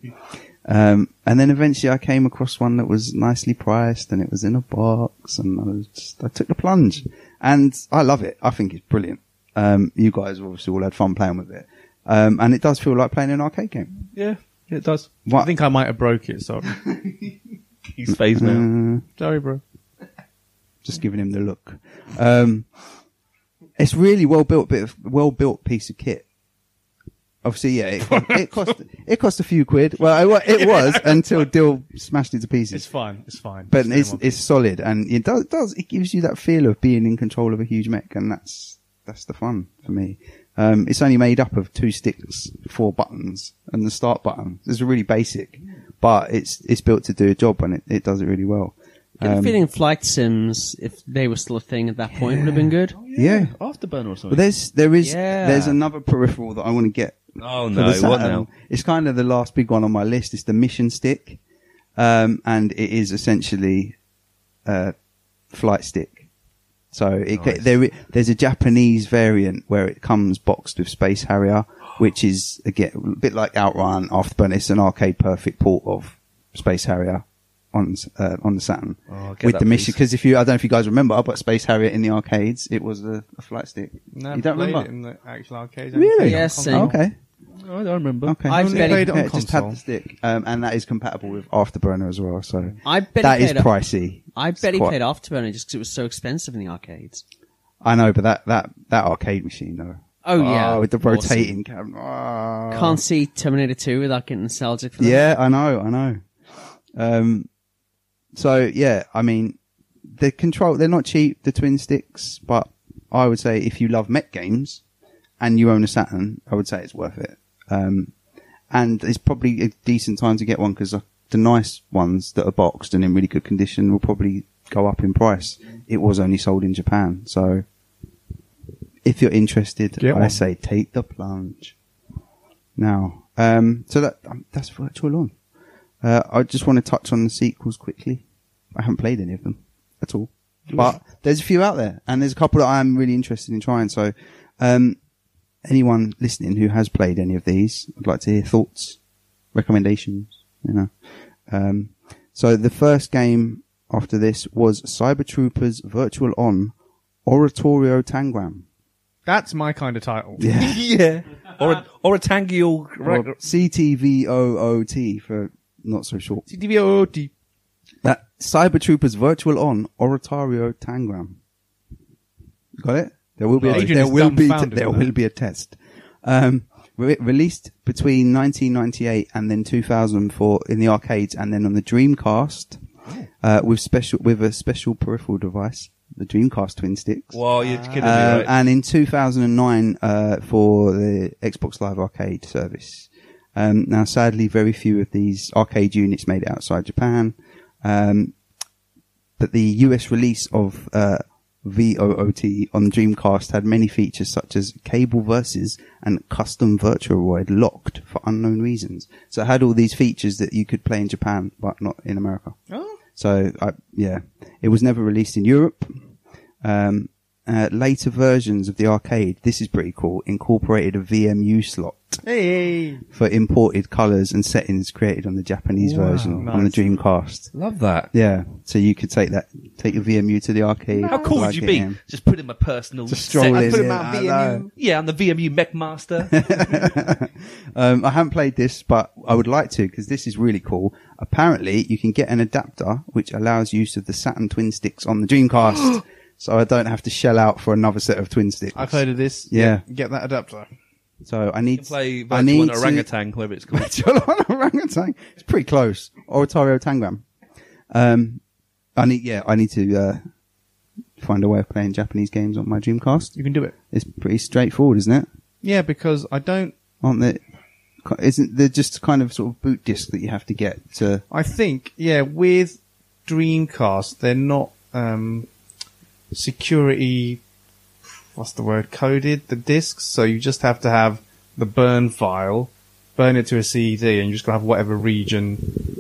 [SPEAKER 3] Um, and then eventually I came across one that was nicely priced and it was in a box and I was just, I took the plunge and I love it. I think it's brilliant. Um, you guys obviously all had fun playing with it. Um, and it does feel like playing an arcade game.
[SPEAKER 5] Yeah, it does.
[SPEAKER 3] What-
[SPEAKER 6] I think I might have broke it. Sorry,
[SPEAKER 5] He's phased now.
[SPEAKER 3] Uh,
[SPEAKER 6] sorry, bro.
[SPEAKER 3] just giving him the look. Um, it's really well built bit of well built piece of kit. Obviously, yeah, it, it cost it cost a few quid. Well, it, wa- it was until Dill smashed it to
[SPEAKER 6] It's
[SPEAKER 3] pieces.
[SPEAKER 6] fine. It's fine.
[SPEAKER 3] But
[SPEAKER 6] no
[SPEAKER 3] it's
[SPEAKER 6] one-
[SPEAKER 3] it's solid, and it does does it gives you that feel of being in control of a huge mech, and that's that's the fun for me. Um, it's only made up of two sticks, four buttons, and the start button. It's really basic, but it's it's built to do a job, and it, it does it really well. Um,
[SPEAKER 7] Got a feeling flight sims, if they were still a thing at that point, would have been good.
[SPEAKER 3] Yeah.
[SPEAKER 5] Afterburner or
[SPEAKER 3] But
[SPEAKER 5] something.
[SPEAKER 3] there's there is
[SPEAKER 7] Yeah.
[SPEAKER 3] there's another peripheral that I want to get.
[SPEAKER 5] oh
[SPEAKER 3] for
[SPEAKER 5] no,
[SPEAKER 3] the
[SPEAKER 5] what
[SPEAKER 3] Saturn.
[SPEAKER 5] now?
[SPEAKER 3] It's kind of the last big one on my list. It's the Mission Stick, um, and it is essentially a flight stick. So it, ca-
[SPEAKER 5] Nice.
[SPEAKER 3] there i- there's a Japanese variant where it comes boxed with Space Harrier, which is again a bit like Outrun Afterburner. It's an arcade perfect port of Space Harrier on s- uh, on the Saturn
[SPEAKER 5] Oh, get
[SPEAKER 3] with
[SPEAKER 5] that,
[SPEAKER 3] the mission.
[SPEAKER 5] please.
[SPEAKER 3] Because if you, I don't know if you guys remember, but Space Harrier in the arcades, it was a, a flight stick.
[SPEAKER 6] No,
[SPEAKER 3] you don't
[SPEAKER 6] played
[SPEAKER 3] remember?
[SPEAKER 6] it in the actual arcade.
[SPEAKER 3] Really?
[SPEAKER 7] Yes,
[SPEAKER 3] Oh,
[SPEAKER 7] and-
[SPEAKER 3] okay.
[SPEAKER 5] Oh, I don't remember.
[SPEAKER 3] Okay.
[SPEAKER 7] I've
[SPEAKER 6] only
[SPEAKER 7] bet
[SPEAKER 6] played
[SPEAKER 7] it,
[SPEAKER 6] it on
[SPEAKER 3] Yeah, it just had
[SPEAKER 6] console.
[SPEAKER 3] the stick, um, and that is compatible with Afterburner as well. So
[SPEAKER 7] I bet
[SPEAKER 3] that
[SPEAKER 7] he
[SPEAKER 3] is
[SPEAKER 7] played,
[SPEAKER 3] pricey.
[SPEAKER 7] I bet he
[SPEAKER 3] It's quite-
[SPEAKER 7] played Afterburner just because it was so expensive in the arcades.
[SPEAKER 3] I know, but that that that arcade machine though. Ah,
[SPEAKER 7] Oh, yeah,
[SPEAKER 3] with the
[SPEAKER 7] awesome.
[SPEAKER 3] rotating camera. Oh.
[SPEAKER 7] Can't see Terminator 2 without getting nostalgic for that.
[SPEAKER 3] Yeah, I know, I know. Um, so yeah, I mean, the control they're not cheap, the twin sticks, but I would say if you love mech games and you own a Saturn, I would say it's worth it. Um, and it's probably a decent time to get one because the nice ones that are boxed and in really good condition will probably go up in price. It was only sold in Japan, so if you're interested,
[SPEAKER 6] Get
[SPEAKER 3] I
[SPEAKER 6] one.
[SPEAKER 3] say take the plunge now. Um, so that um, that's virtual on. Uh, I just want to touch on the sequels quickly. I haven't played any of them at all, but there's a few out there, and there's a couple that I'm really interested in trying. So, um, anyone listening who has played any of these, I'd like to hear thoughts, recommendations. You know. Um, so the first game after this was Cyber Troopers Virtual On Oratorio Tangram.
[SPEAKER 6] That's my kind of title.
[SPEAKER 3] Yeah.
[SPEAKER 5] yeah. Or a, or a tangial
[SPEAKER 3] Or CTVOOT for not so short.
[SPEAKER 6] CTVOT.
[SPEAKER 3] That Cyber Troopers Virtual On Oratorio Tangram. Got it? There will be a,
[SPEAKER 6] Adrian
[SPEAKER 3] there
[SPEAKER 6] is
[SPEAKER 3] will be
[SPEAKER 6] dumbfounded
[SPEAKER 3] there
[SPEAKER 6] with
[SPEAKER 3] will
[SPEAKER 6] that.
[SPEAKER 3] be a test. Um, re- released between 1998 and then 2004 in the arcades and then on the Dreamcast
[SPEAKER 6] Oh.
[SPEAKER 3] uh, with special with a special peripheral device, the Dreamcast twin sticks.
[SPEAKER 5] Well, you're kidding me,
[SPEAKER 3] Um,
[SPEAKER 5] right?
[SPEAKER 3] and in 2009 uh, for the Xbox Live Arcade service. Um, now, sadly, very few of these arcade units made it outside Japan, um, but the US release of uh, VOOT on Dreamcast had many features such as cable versus and custom Virtuaroid locked for unknown reasons. So it had all these features that you could play in Japan, but not in America. So I, yeah, it was never released in Europe. Um, uh, later versions of the arcade, this is pretty cool, incorporated a VMU slot
[SPEAKER 6] Hey.
[SPEAKER 3] for imported colors and settings created on the Japanese
[SPEAKER 6] Wow,
[SPEAKER 3] version on the
[SPEAKER 6] nice.
[SPEAKER 3] Dreamcast.
[SPEAKER 5] Love that.
[SPEAKER 3] Yeah, so you could take that, take your VMU to the arcade.
[SPEAKER 5] How cool
[SPEAKER 3] plug
[SPEAKER 5] would you
[SPEAKER 3] it
[SPEAKER 5] be?
[SPEAKER 3] in.
[SPEAKER 5] Just put in my personal.
[SPEAKER 3] Just
[SPEAKER 5] set-
[SPEAKER 3] stroll in.
[SPEAKER 5] I put in
[SPEAKER 3] yeah,
[SPEAKER 5] my
[SPEAKER 3] I
[SPEAKER 5] VMU.
[SPEAKER 3] know.
[SPEAKER 5] Yeah, I'm the VMU mech master.
[SPEAKER 3] Um, I haven't played this, but I would like to because this is really cool. Apparently, you can get an adapter which allows use of the Saturn twin sticks on the Dreamcast, so I don't have to shell out for another set of twin sticks.
[SPEAKER 6] I've heard of this.
[SPEAKER 3] Yeah.
[SPEAKER 6] Get that adapter.
[SPEAKER 3] So I need
[SPEAKER 5] Play
[SPEAKER 3] I
[SPEAKER 5] Virtual
[SPEAKER 3] need
[SPEAKER 5] on Orangutan, whoever it's called.
[SPEAKER 3] To, Virtual orangutan. It's pretty close. Oratorio Tangram. Um, I need yeah. I need to uh, find a way of playing Japanese games on my Dreamcast.
[SPEAKER 6] You can do it.
[SPEAKER 3] It's pretty straightforward, isn't it?
[SPEAKER 6] Yeah, because I don't.
[SPEAKER 3] Aren't they? Isn't there just kind of sort of boot disc that you have to get to?
[SPEAKER 6] I think yeah, with Dreamcast, they're not um, security. What's the word? Coded the discs, so you just have to have the burn file, burn it to a CD, and you just gotta have whatever region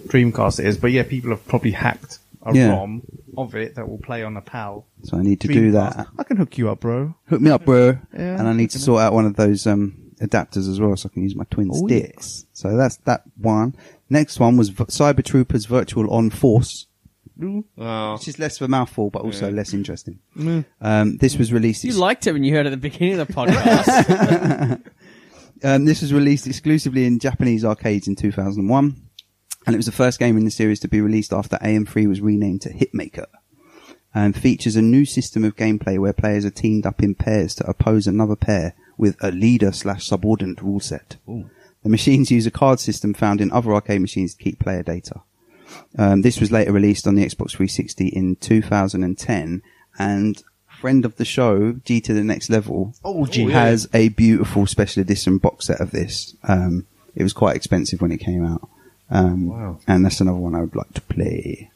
[SPEAKER 6] Dreamcast it is. But yeah, people have probably hacked a
[SPEAKER 3] Yeah.
[SPEAKER 6] ROM of it that will play on a PAL.
[SPEAKER 3] So I need to do
[SPEAKER 6] Dreamcast.
[SPEAKER 3] that.
[SPEAKER 6] I can hook you up, bro.
[SPEAKER 3] Hook me up, bro.
[SPEAKER 6] Yeah,
[SPEAKER 3] and I need to sort out one of those um, adapters as well, so I can use my twin sticks. So that's that one. Next one was v- Cyber Troopers Virtual On Force.
[SPEAKER 5] Oh,
[SPEAKER 3] which is less of a mouthful, but also less interesting. Um, this was released.
[SPEAKER 7] You liked it when you heard at the beginning of the podcast.
[SPEAKER 3] um, this was released exclusively in Japanese arcades in 2001, and it was the first game in the series to be released after AM3 was renamed to Hitmaker. And features a new system of gameplay where players are teamed up in pairs to oppose another pair with a leader slash subordinate rule set. The machines use a card system found in other arcade machines to keep player data. Um, this was later released on the Xbox 360 in 2010, and friend of the show, G to the Next Level,
[SPEAKER 5] yeah.
[SPEAKER 3] has a beautiful special edition box set of this. Um, it was quite expensive when it came out, um,
[SPEAKER 5] Wow.
[SPEAKER 3] and that's another one I would like to play.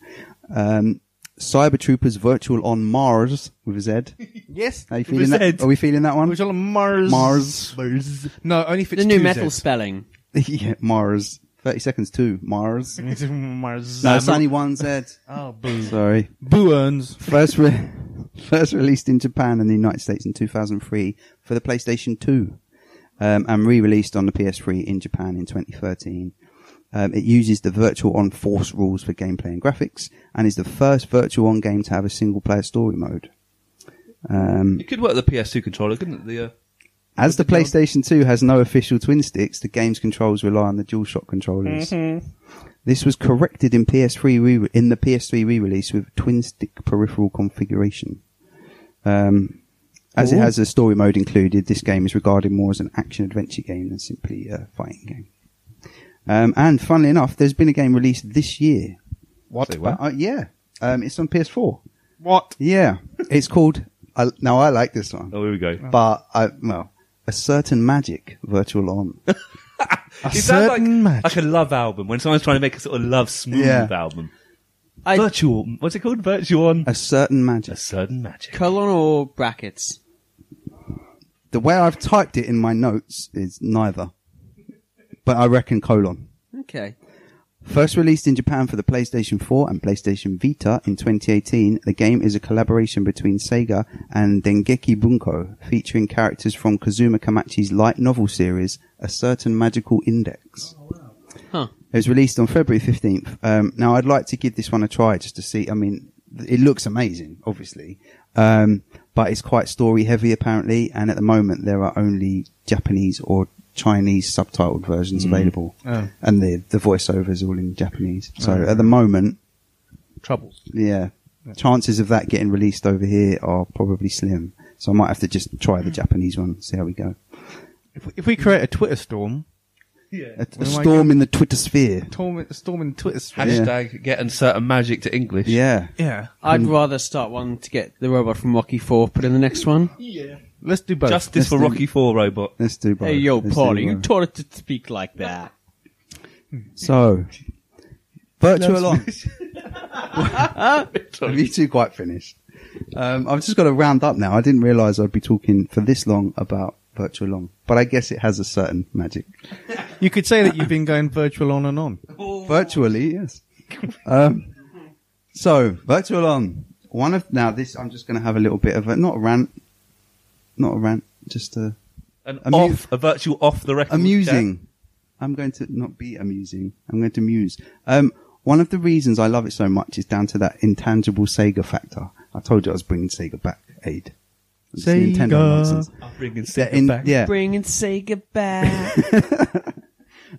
[SPEAKER 3] Um, Cyber Troopers Virtual on Mars with a Z.
[SPEAKER 6] Yes.
[SPEAKER 3] Are you feeling that? Are we feeling that one?
[SPEAKER 6] Which on Mars.
[SPEAKER 3] Mars.
[SPEAKER 6] Mars. No, only if it's
[SPEAKER 7] The new
[SPEAKER 6] two
[SPEAKER 7] metal
[SPEAKER 6] Zs.
[SPEAKER 7] spelling.
[SPEAKER 3] yeah, Mars. Thirty seconds too. Mars.
[SPEAKER 6] It's Mars.
[SPEAKER 3] No, it's only one Z.
[SPEAKER 6] Oh, boo.
[SPEAKER 3] Sorry.
[SPEAKER 6] Boo earns.
[SPEAKER 3] First, re- first released in Japan and the United States in 2003 for the PlayStation 2, um, and re-released on the PS3 in Japan in 2013. Um, it uses the Virtual On Force rules for gameplay and graphics, and is the first Virtual On game to have a single-player story mode. Um,
[SPEAKER 5] You could work the PS2 controller, couldn't it? The, uh,
[SPEAKER 3] as the PlayStation 2 has no official twin sticks, the game's controls rely on the DualShock controllers. This was corrected in PS3 re- in the PS3 re-release with twin stick peripheral configuration. Um, as it has a story mode included, this game is regarded more as an action adventure game than simply a fighting game. Um, and funnily enough, there's been a game released this year.
[SPEAKER 6] What?
[SPEAKER 3] Uh, yeah, um, it's on PS4.
[SPEAKER 6] What?
[SPEAKER 3] Yeah, it's called. I, now I like this one
[SPEAKER 5] oh, here we go.
[SPEAKER 3] but I well, a certain magic virtual on.
[SPEAKER 6] A
[SPEAKER 5] It sounds like,
[SPEAKER 6] certain match.
[SPEAKER 5] like a love album when someone's trying to make a sort of love smooth
[SPEAKER 3] Yeah.
[SPEAKER 5] album.
[SPEAKER 7] I-
[SPEAKER 5] Virtual, what's it called? Virtual on
[SPEAKER 3] a certain
[SPEAKER 5] a
[SPEAKER 3] magic.
[SPEAKER 5] certain magic.
[SPEAKER 7] Colon or brackets?
[SPEAKER 3] The way I've typed it in my notes is neither, but I reckon colon.
[SPEAKER 7] Okay.
[SPEAKER 3] First released in Japan for the PlayStation 4 and PlayStation Vita in 2018, the game is a collaboration between Sega and Dengeki Bunko, featuring characters from Kazuma Kamachi's light novel series, A Certain Magical Index.
[SPEAKER 7] Huh.
[SPEAKER 3] It was released on February 15th. Um, now, I'd like to give this one a try just to see. I mean, th- it looks amazing, obviously, um, but it's quite story heavy, apparently, and at the moment there are only Japanese or Chinese subtitled versions available.
[SPEAKER 6] Oh.
[SPEAKER 3] And the, the voiceover is all in Japanese. So at the moment,
[SPEAKER 6] Troubles.
[SPEAKER 3] yeah, chances of that getting released over here are probably slim. So I might have to just try the Japanese one, see how we go.
[SPEAKER 6] If we, if we create a Twitter storm,
[SPEAKER 3] A, a
[SPEAKER 6] What am I
[SPEAKER 3] storm in the Twitter sphere.
[SPEAKER 6] storm, storm in Twitter sphere.
[SPEAKER 5] Hashtag getting certain magic to English.
[SPEAKER 3] Yeah.
[SPEAKER 6] Yeah.
[SPEAKER 3] Hmm.
[SPEAKER 7] I'd rather start one to get the robot from Rocky Four put in the next one.
[SPEAKER 6] Let's do both.
[SPEAKER 5] Justice for
[SPEAKER 3] Let's do-
[SPEAKER 5] Rocky Four Robot.
[SPEAKER 3] Let's do both.
[SPEAKER 7] Hey, yo,
[SPEAKER 3] Let's uh, do
[SPEAKER 7] Polly, you
[SPEAKER 3] both.
[SPEAKER 7] taught it to speak like that.
[SPEAKER 3] So, virtual on. Have you two quite finished? Um, I've just got to round up now. I didn't realise I'd be talking for this long about virtual long, but I guess it has a certain magic.
[SPEAKER 6] you could say that you've been going virtual on and on.
[SPEAKER 3] Virtually, yes. Um, so, virtual on. One of now this, I'm just going to have a little bit of a not a rant, not a rant, just a
[SPEAKER 5] An
[SPEAKER 3] Amu-
[SPEAKER 5] off, a virtual off the record.
[SPEAKER 3] amusing. I'm going to not be amusing. I'm going to muse. Um, one of the reasons I love it so much is down to that intangible Sega factor. I told you I was bringing Sega back, Aid. It's the
[SPEAKER 6] Sega.
[SPEAKER 3] nonsense.
[SPEAKER 5] I'm bringing
[SPEAKER 3] That in- yeah.
[SPEAKER 7] Bringing Sega back.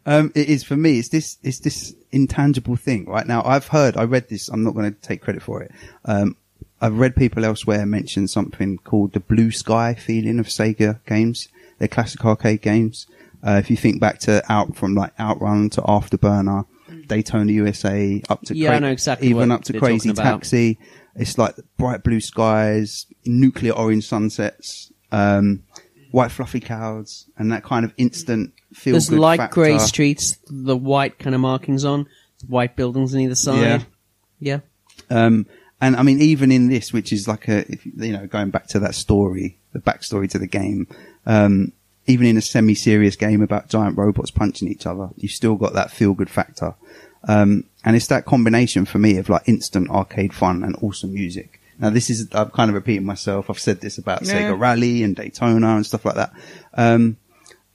[SPEAKER 3] Um, it is for me. It's this. It's this intangible thing. Right now, I've heard. I read this. I'm not going to take credit for it. Um, I've read people elsewhere mention something called the blue sky feeling of Sega games, their classic arcade games. Uh, if you think back to out from like Outrun to Afterburner, Daytona USA, up to
[SPEAKER 7] Yeah, I know exactly
[SPEAKER 3] even
[SPEAKER 7] what
[SPEAKER 3] up to
[SPEAKER 7] they're talking
[SPEAKER 3] Crazy
[SPEAKER 7] about.
[SPEAKER 3] Taxi. It's like bright blue skies, nuclear orange sunsets, um, white fluffy clouds, and that kind of instant feel.
[SPEAKER 7] There's
[SPEAKER 3] good
[SPEAKER 7] light grey
[SPEAKER 3] factor.
[SPEAKER 7] streets, the white kind of markings on, white buildings on either side.
[SPEAKER 3] Yeah.
[SPEAKER 7] Yeah.
[SPEAKER 3] Um, and I mean, even in this, which is like a, if, you know, going back to that story, the backstory to the game, um, even in a semi-serious game about giant robots punching each other, you've still got that feel-good factor. Um, and it's that combination for me of like instant arcade fun and awesome music. Now this is, I'm kind of repeating myself. I've said this about Sega Rally and Daytona and stuff like that. Um,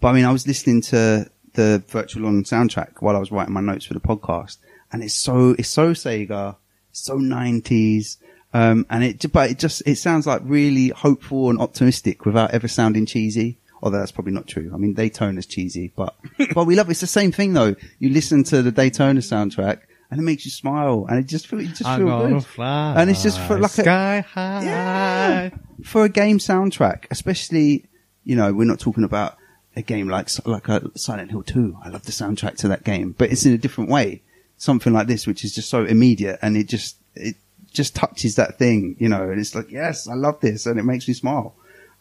[SPEAKER 3] but I mean, I was listening to the Virtual On soundtrack while I was writing my notes for the podcast, and it's so it's so Sega, so nineties, um, and it ju- but it just it sounds like really hopeful and optimistic without ever sounding cheesy. Although that's probably not true. I mean, Daytona's cheesy, but but we love it. It's the same thing though. You listen to the Daytona soundtrack. And it makes you smile, and it just feels, it just
[SPEAKER 6] I'm
[SPEAKER 3] feels
[SPEAKER 6] gonna
[SPEAKER 3] good.
[SPEAKER 6] fly
[SPEAKER 3] and it's just for like a,
[SPEAKER 6] sky high.
[SPEAKER 3] yeah. For a game soundtrack, especially, you know, we're not talking about a game like like a Silent Hill 2. I love the soundtrack to that game, but it's in a different way. Something like this, which is just so immediate and it just, it just touches that thing, you know, and it's like, yes, I love this and it makes me smile.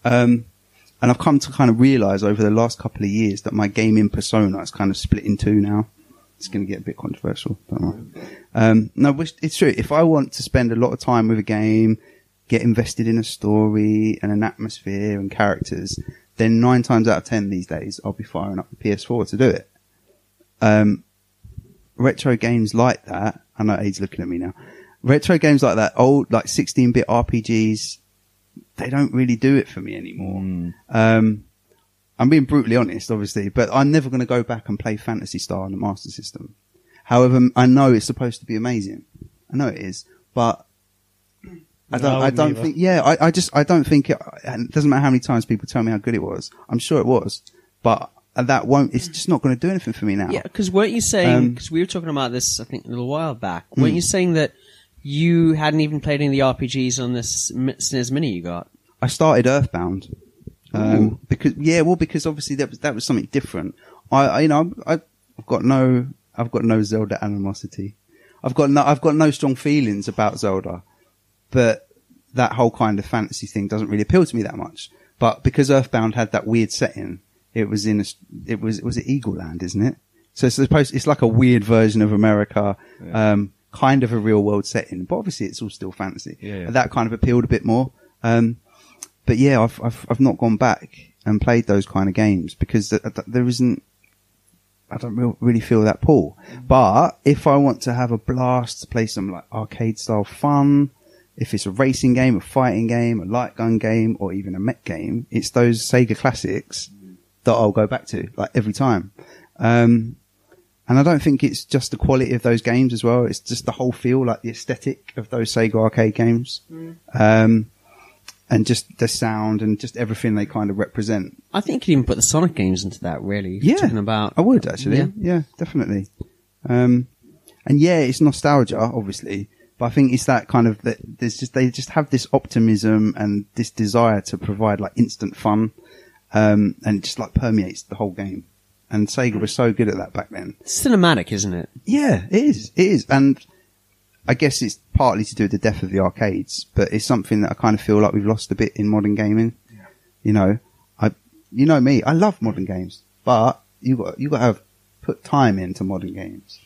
[SPEAKER 3] Um, and I've come to kind of realize over the last couple of years that my gaming persona is kind of split in two now. It's going to get a bit controversial. Don't worry. Um, no, which, it's true. If I want to spend a lot of time with a game, get invested in a story and an atmosphere and characters, then nine times out of ten these days, I'll be firing up the PS4 to do it. Um, retro games like that, I know Aid's looking at me now. Retro games like that, old, like 16 bit RPGs, they don't really do it for me anymore. Um, I'm being brutally honest, obviously, but I'm never going to go back and play Fantasy Star on the Master System. However, m- I know it's supposed to be amazing. I know it is, but I don't,
[SPEAKER 6] No, I
[SPEAKER 3] I
[SPEAKER 6] wouldn't
[SPEAKER 3] don't
[SPEAKER 6] either.
[SPEAKER 3] think, yeah, I, I just, I don't think it, and it doesn't matter how many times people tell me how good it was. I'm sure it was, but that won't, it's just not going to do anything for me now.
[SPEAKER 7] Yeah, because weren't you saying?
[SPEAKER 3] Um, hmm.
[SPEAKER 7] Because we were talking about this, I think, a little while back. Weren't you saying that you hadn't even played any of the RPGs on this mi- SNES Mini you got?
[SPEAKER 3] I started Earthbound um, because yeah, well, because obviously that was that was something different. I, I you know I, I've got no I've got no Zelda animosity. I've got no I've got no strong feelings about Zelda, but that whole kind of fantasy thing doesn't really appeal to me that much. But because Earthbound had that weird setting, it was in a, s- it was was it Eagle Land, isn't it? So it's supposed it's like a weird version of America, um, kind of a real world setting, but obviously it's all still fantasy.
[SPEAKER 5] Yeah, yeah.
[SPEAKER 3] That kind of appealed a bit more. Um, but yeah, I've, I've, I've not gone back and played those kind of games because th- th- there isn't, I don't real- really feel that pull.
[SPEAKER 5] Mm.
[SPEAKER 3] But if I want to have a blast, to play some like arcade style fun, if it's a racing game, a fighting game, a light gun game, or even a mech game, it's those Sega classics that I'll go back to like every time. Um, and I don't think it's just the quality of those games as well. It's just the whole feel, like the aesthetic of those Sega arcade games. Um, and just the sound and just everything they kind of represent.
[SPEAKER 7] I think you could even put the Sonic games into that. Really,
[SPEAKER 3] Yeah,
[SPEAKER 7] talking about
[SPEAKER 3] I would actually. Yeah,
[SPEAKER 7] Yeah.
[SPEAKER 3] definitely. Um, and yeah, it's nostalgia, obviously, but I think it's that kind of that. There's just they just have this optimism and this desire to provide like instant fun, um, and it just like permeates the whole game. And Sega was so good at that back then.
[SPEAKER 7] It's cinematic, isn't it?
[SPEAKER 3] Yeah, it is. It is. And I guess it's partly to do with the death of the arcades, but it's something that I kind of feel like we've lost a bit in modern gaming. You know, I, you know me, I love modern games, but you got, you got to have put time into modern games.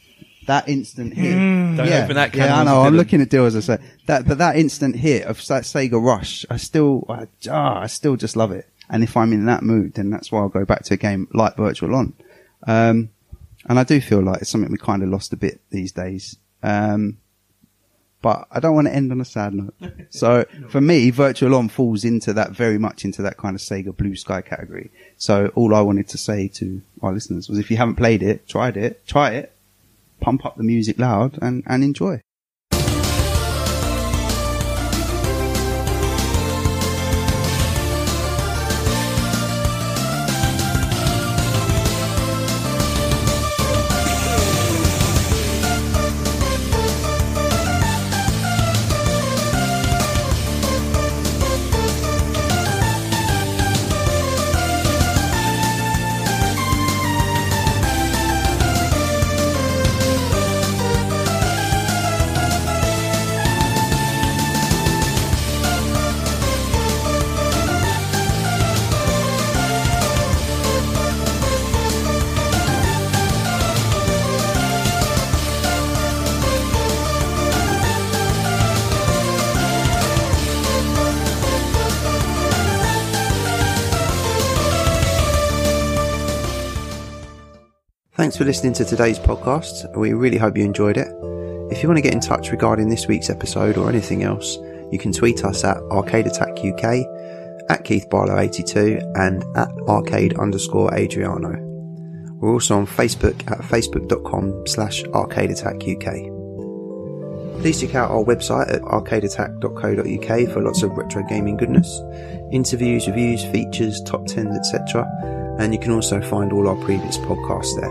[SPEAKER 3] That instant hit.
[SPEAKER 5] Don't
[SPEAKER 3] yeah,
[SPEAKER 5] open that can
[SPEAKER 3] yeah, I
[SPEAKER 5] of
[SPEAKER 3] know. I'm
[SPEAKER 5] Dylan.
[SPEAKER 3] looking at Dill as I say that, but that instant hit of that Sega Rush, I still, I, ah, I still just love it. And if I'm in that mood, then that's why I'll go back to a game like Virtual On. Um, and I do feel like it's something we kind of lost a bit these days. Um, but I don't want to end on a sad note. So for me, Virtual On falls into that very much into that kind of Sega Blue Sky category. So all I wanted to say to our listeners was if you haven't played it, tried it, try it, pump up the music loud and, and enjoy. Thanks for listening to today's podcast. We really hope you enjoyed it. If you want to get in touch regarding this week's episode or anything else, you can tweet us at Arcade Attack UK, at Keith Barlow 82, and at arcade underscore Adriano. We're also on Facebook at facebook.com slash arcade attack UK. Please check out our website at arcadeattack.co.uk for lots of retro gaming goodness, interviews, reviews, features, top tens, etc. And you can also find all our previous podcasts there.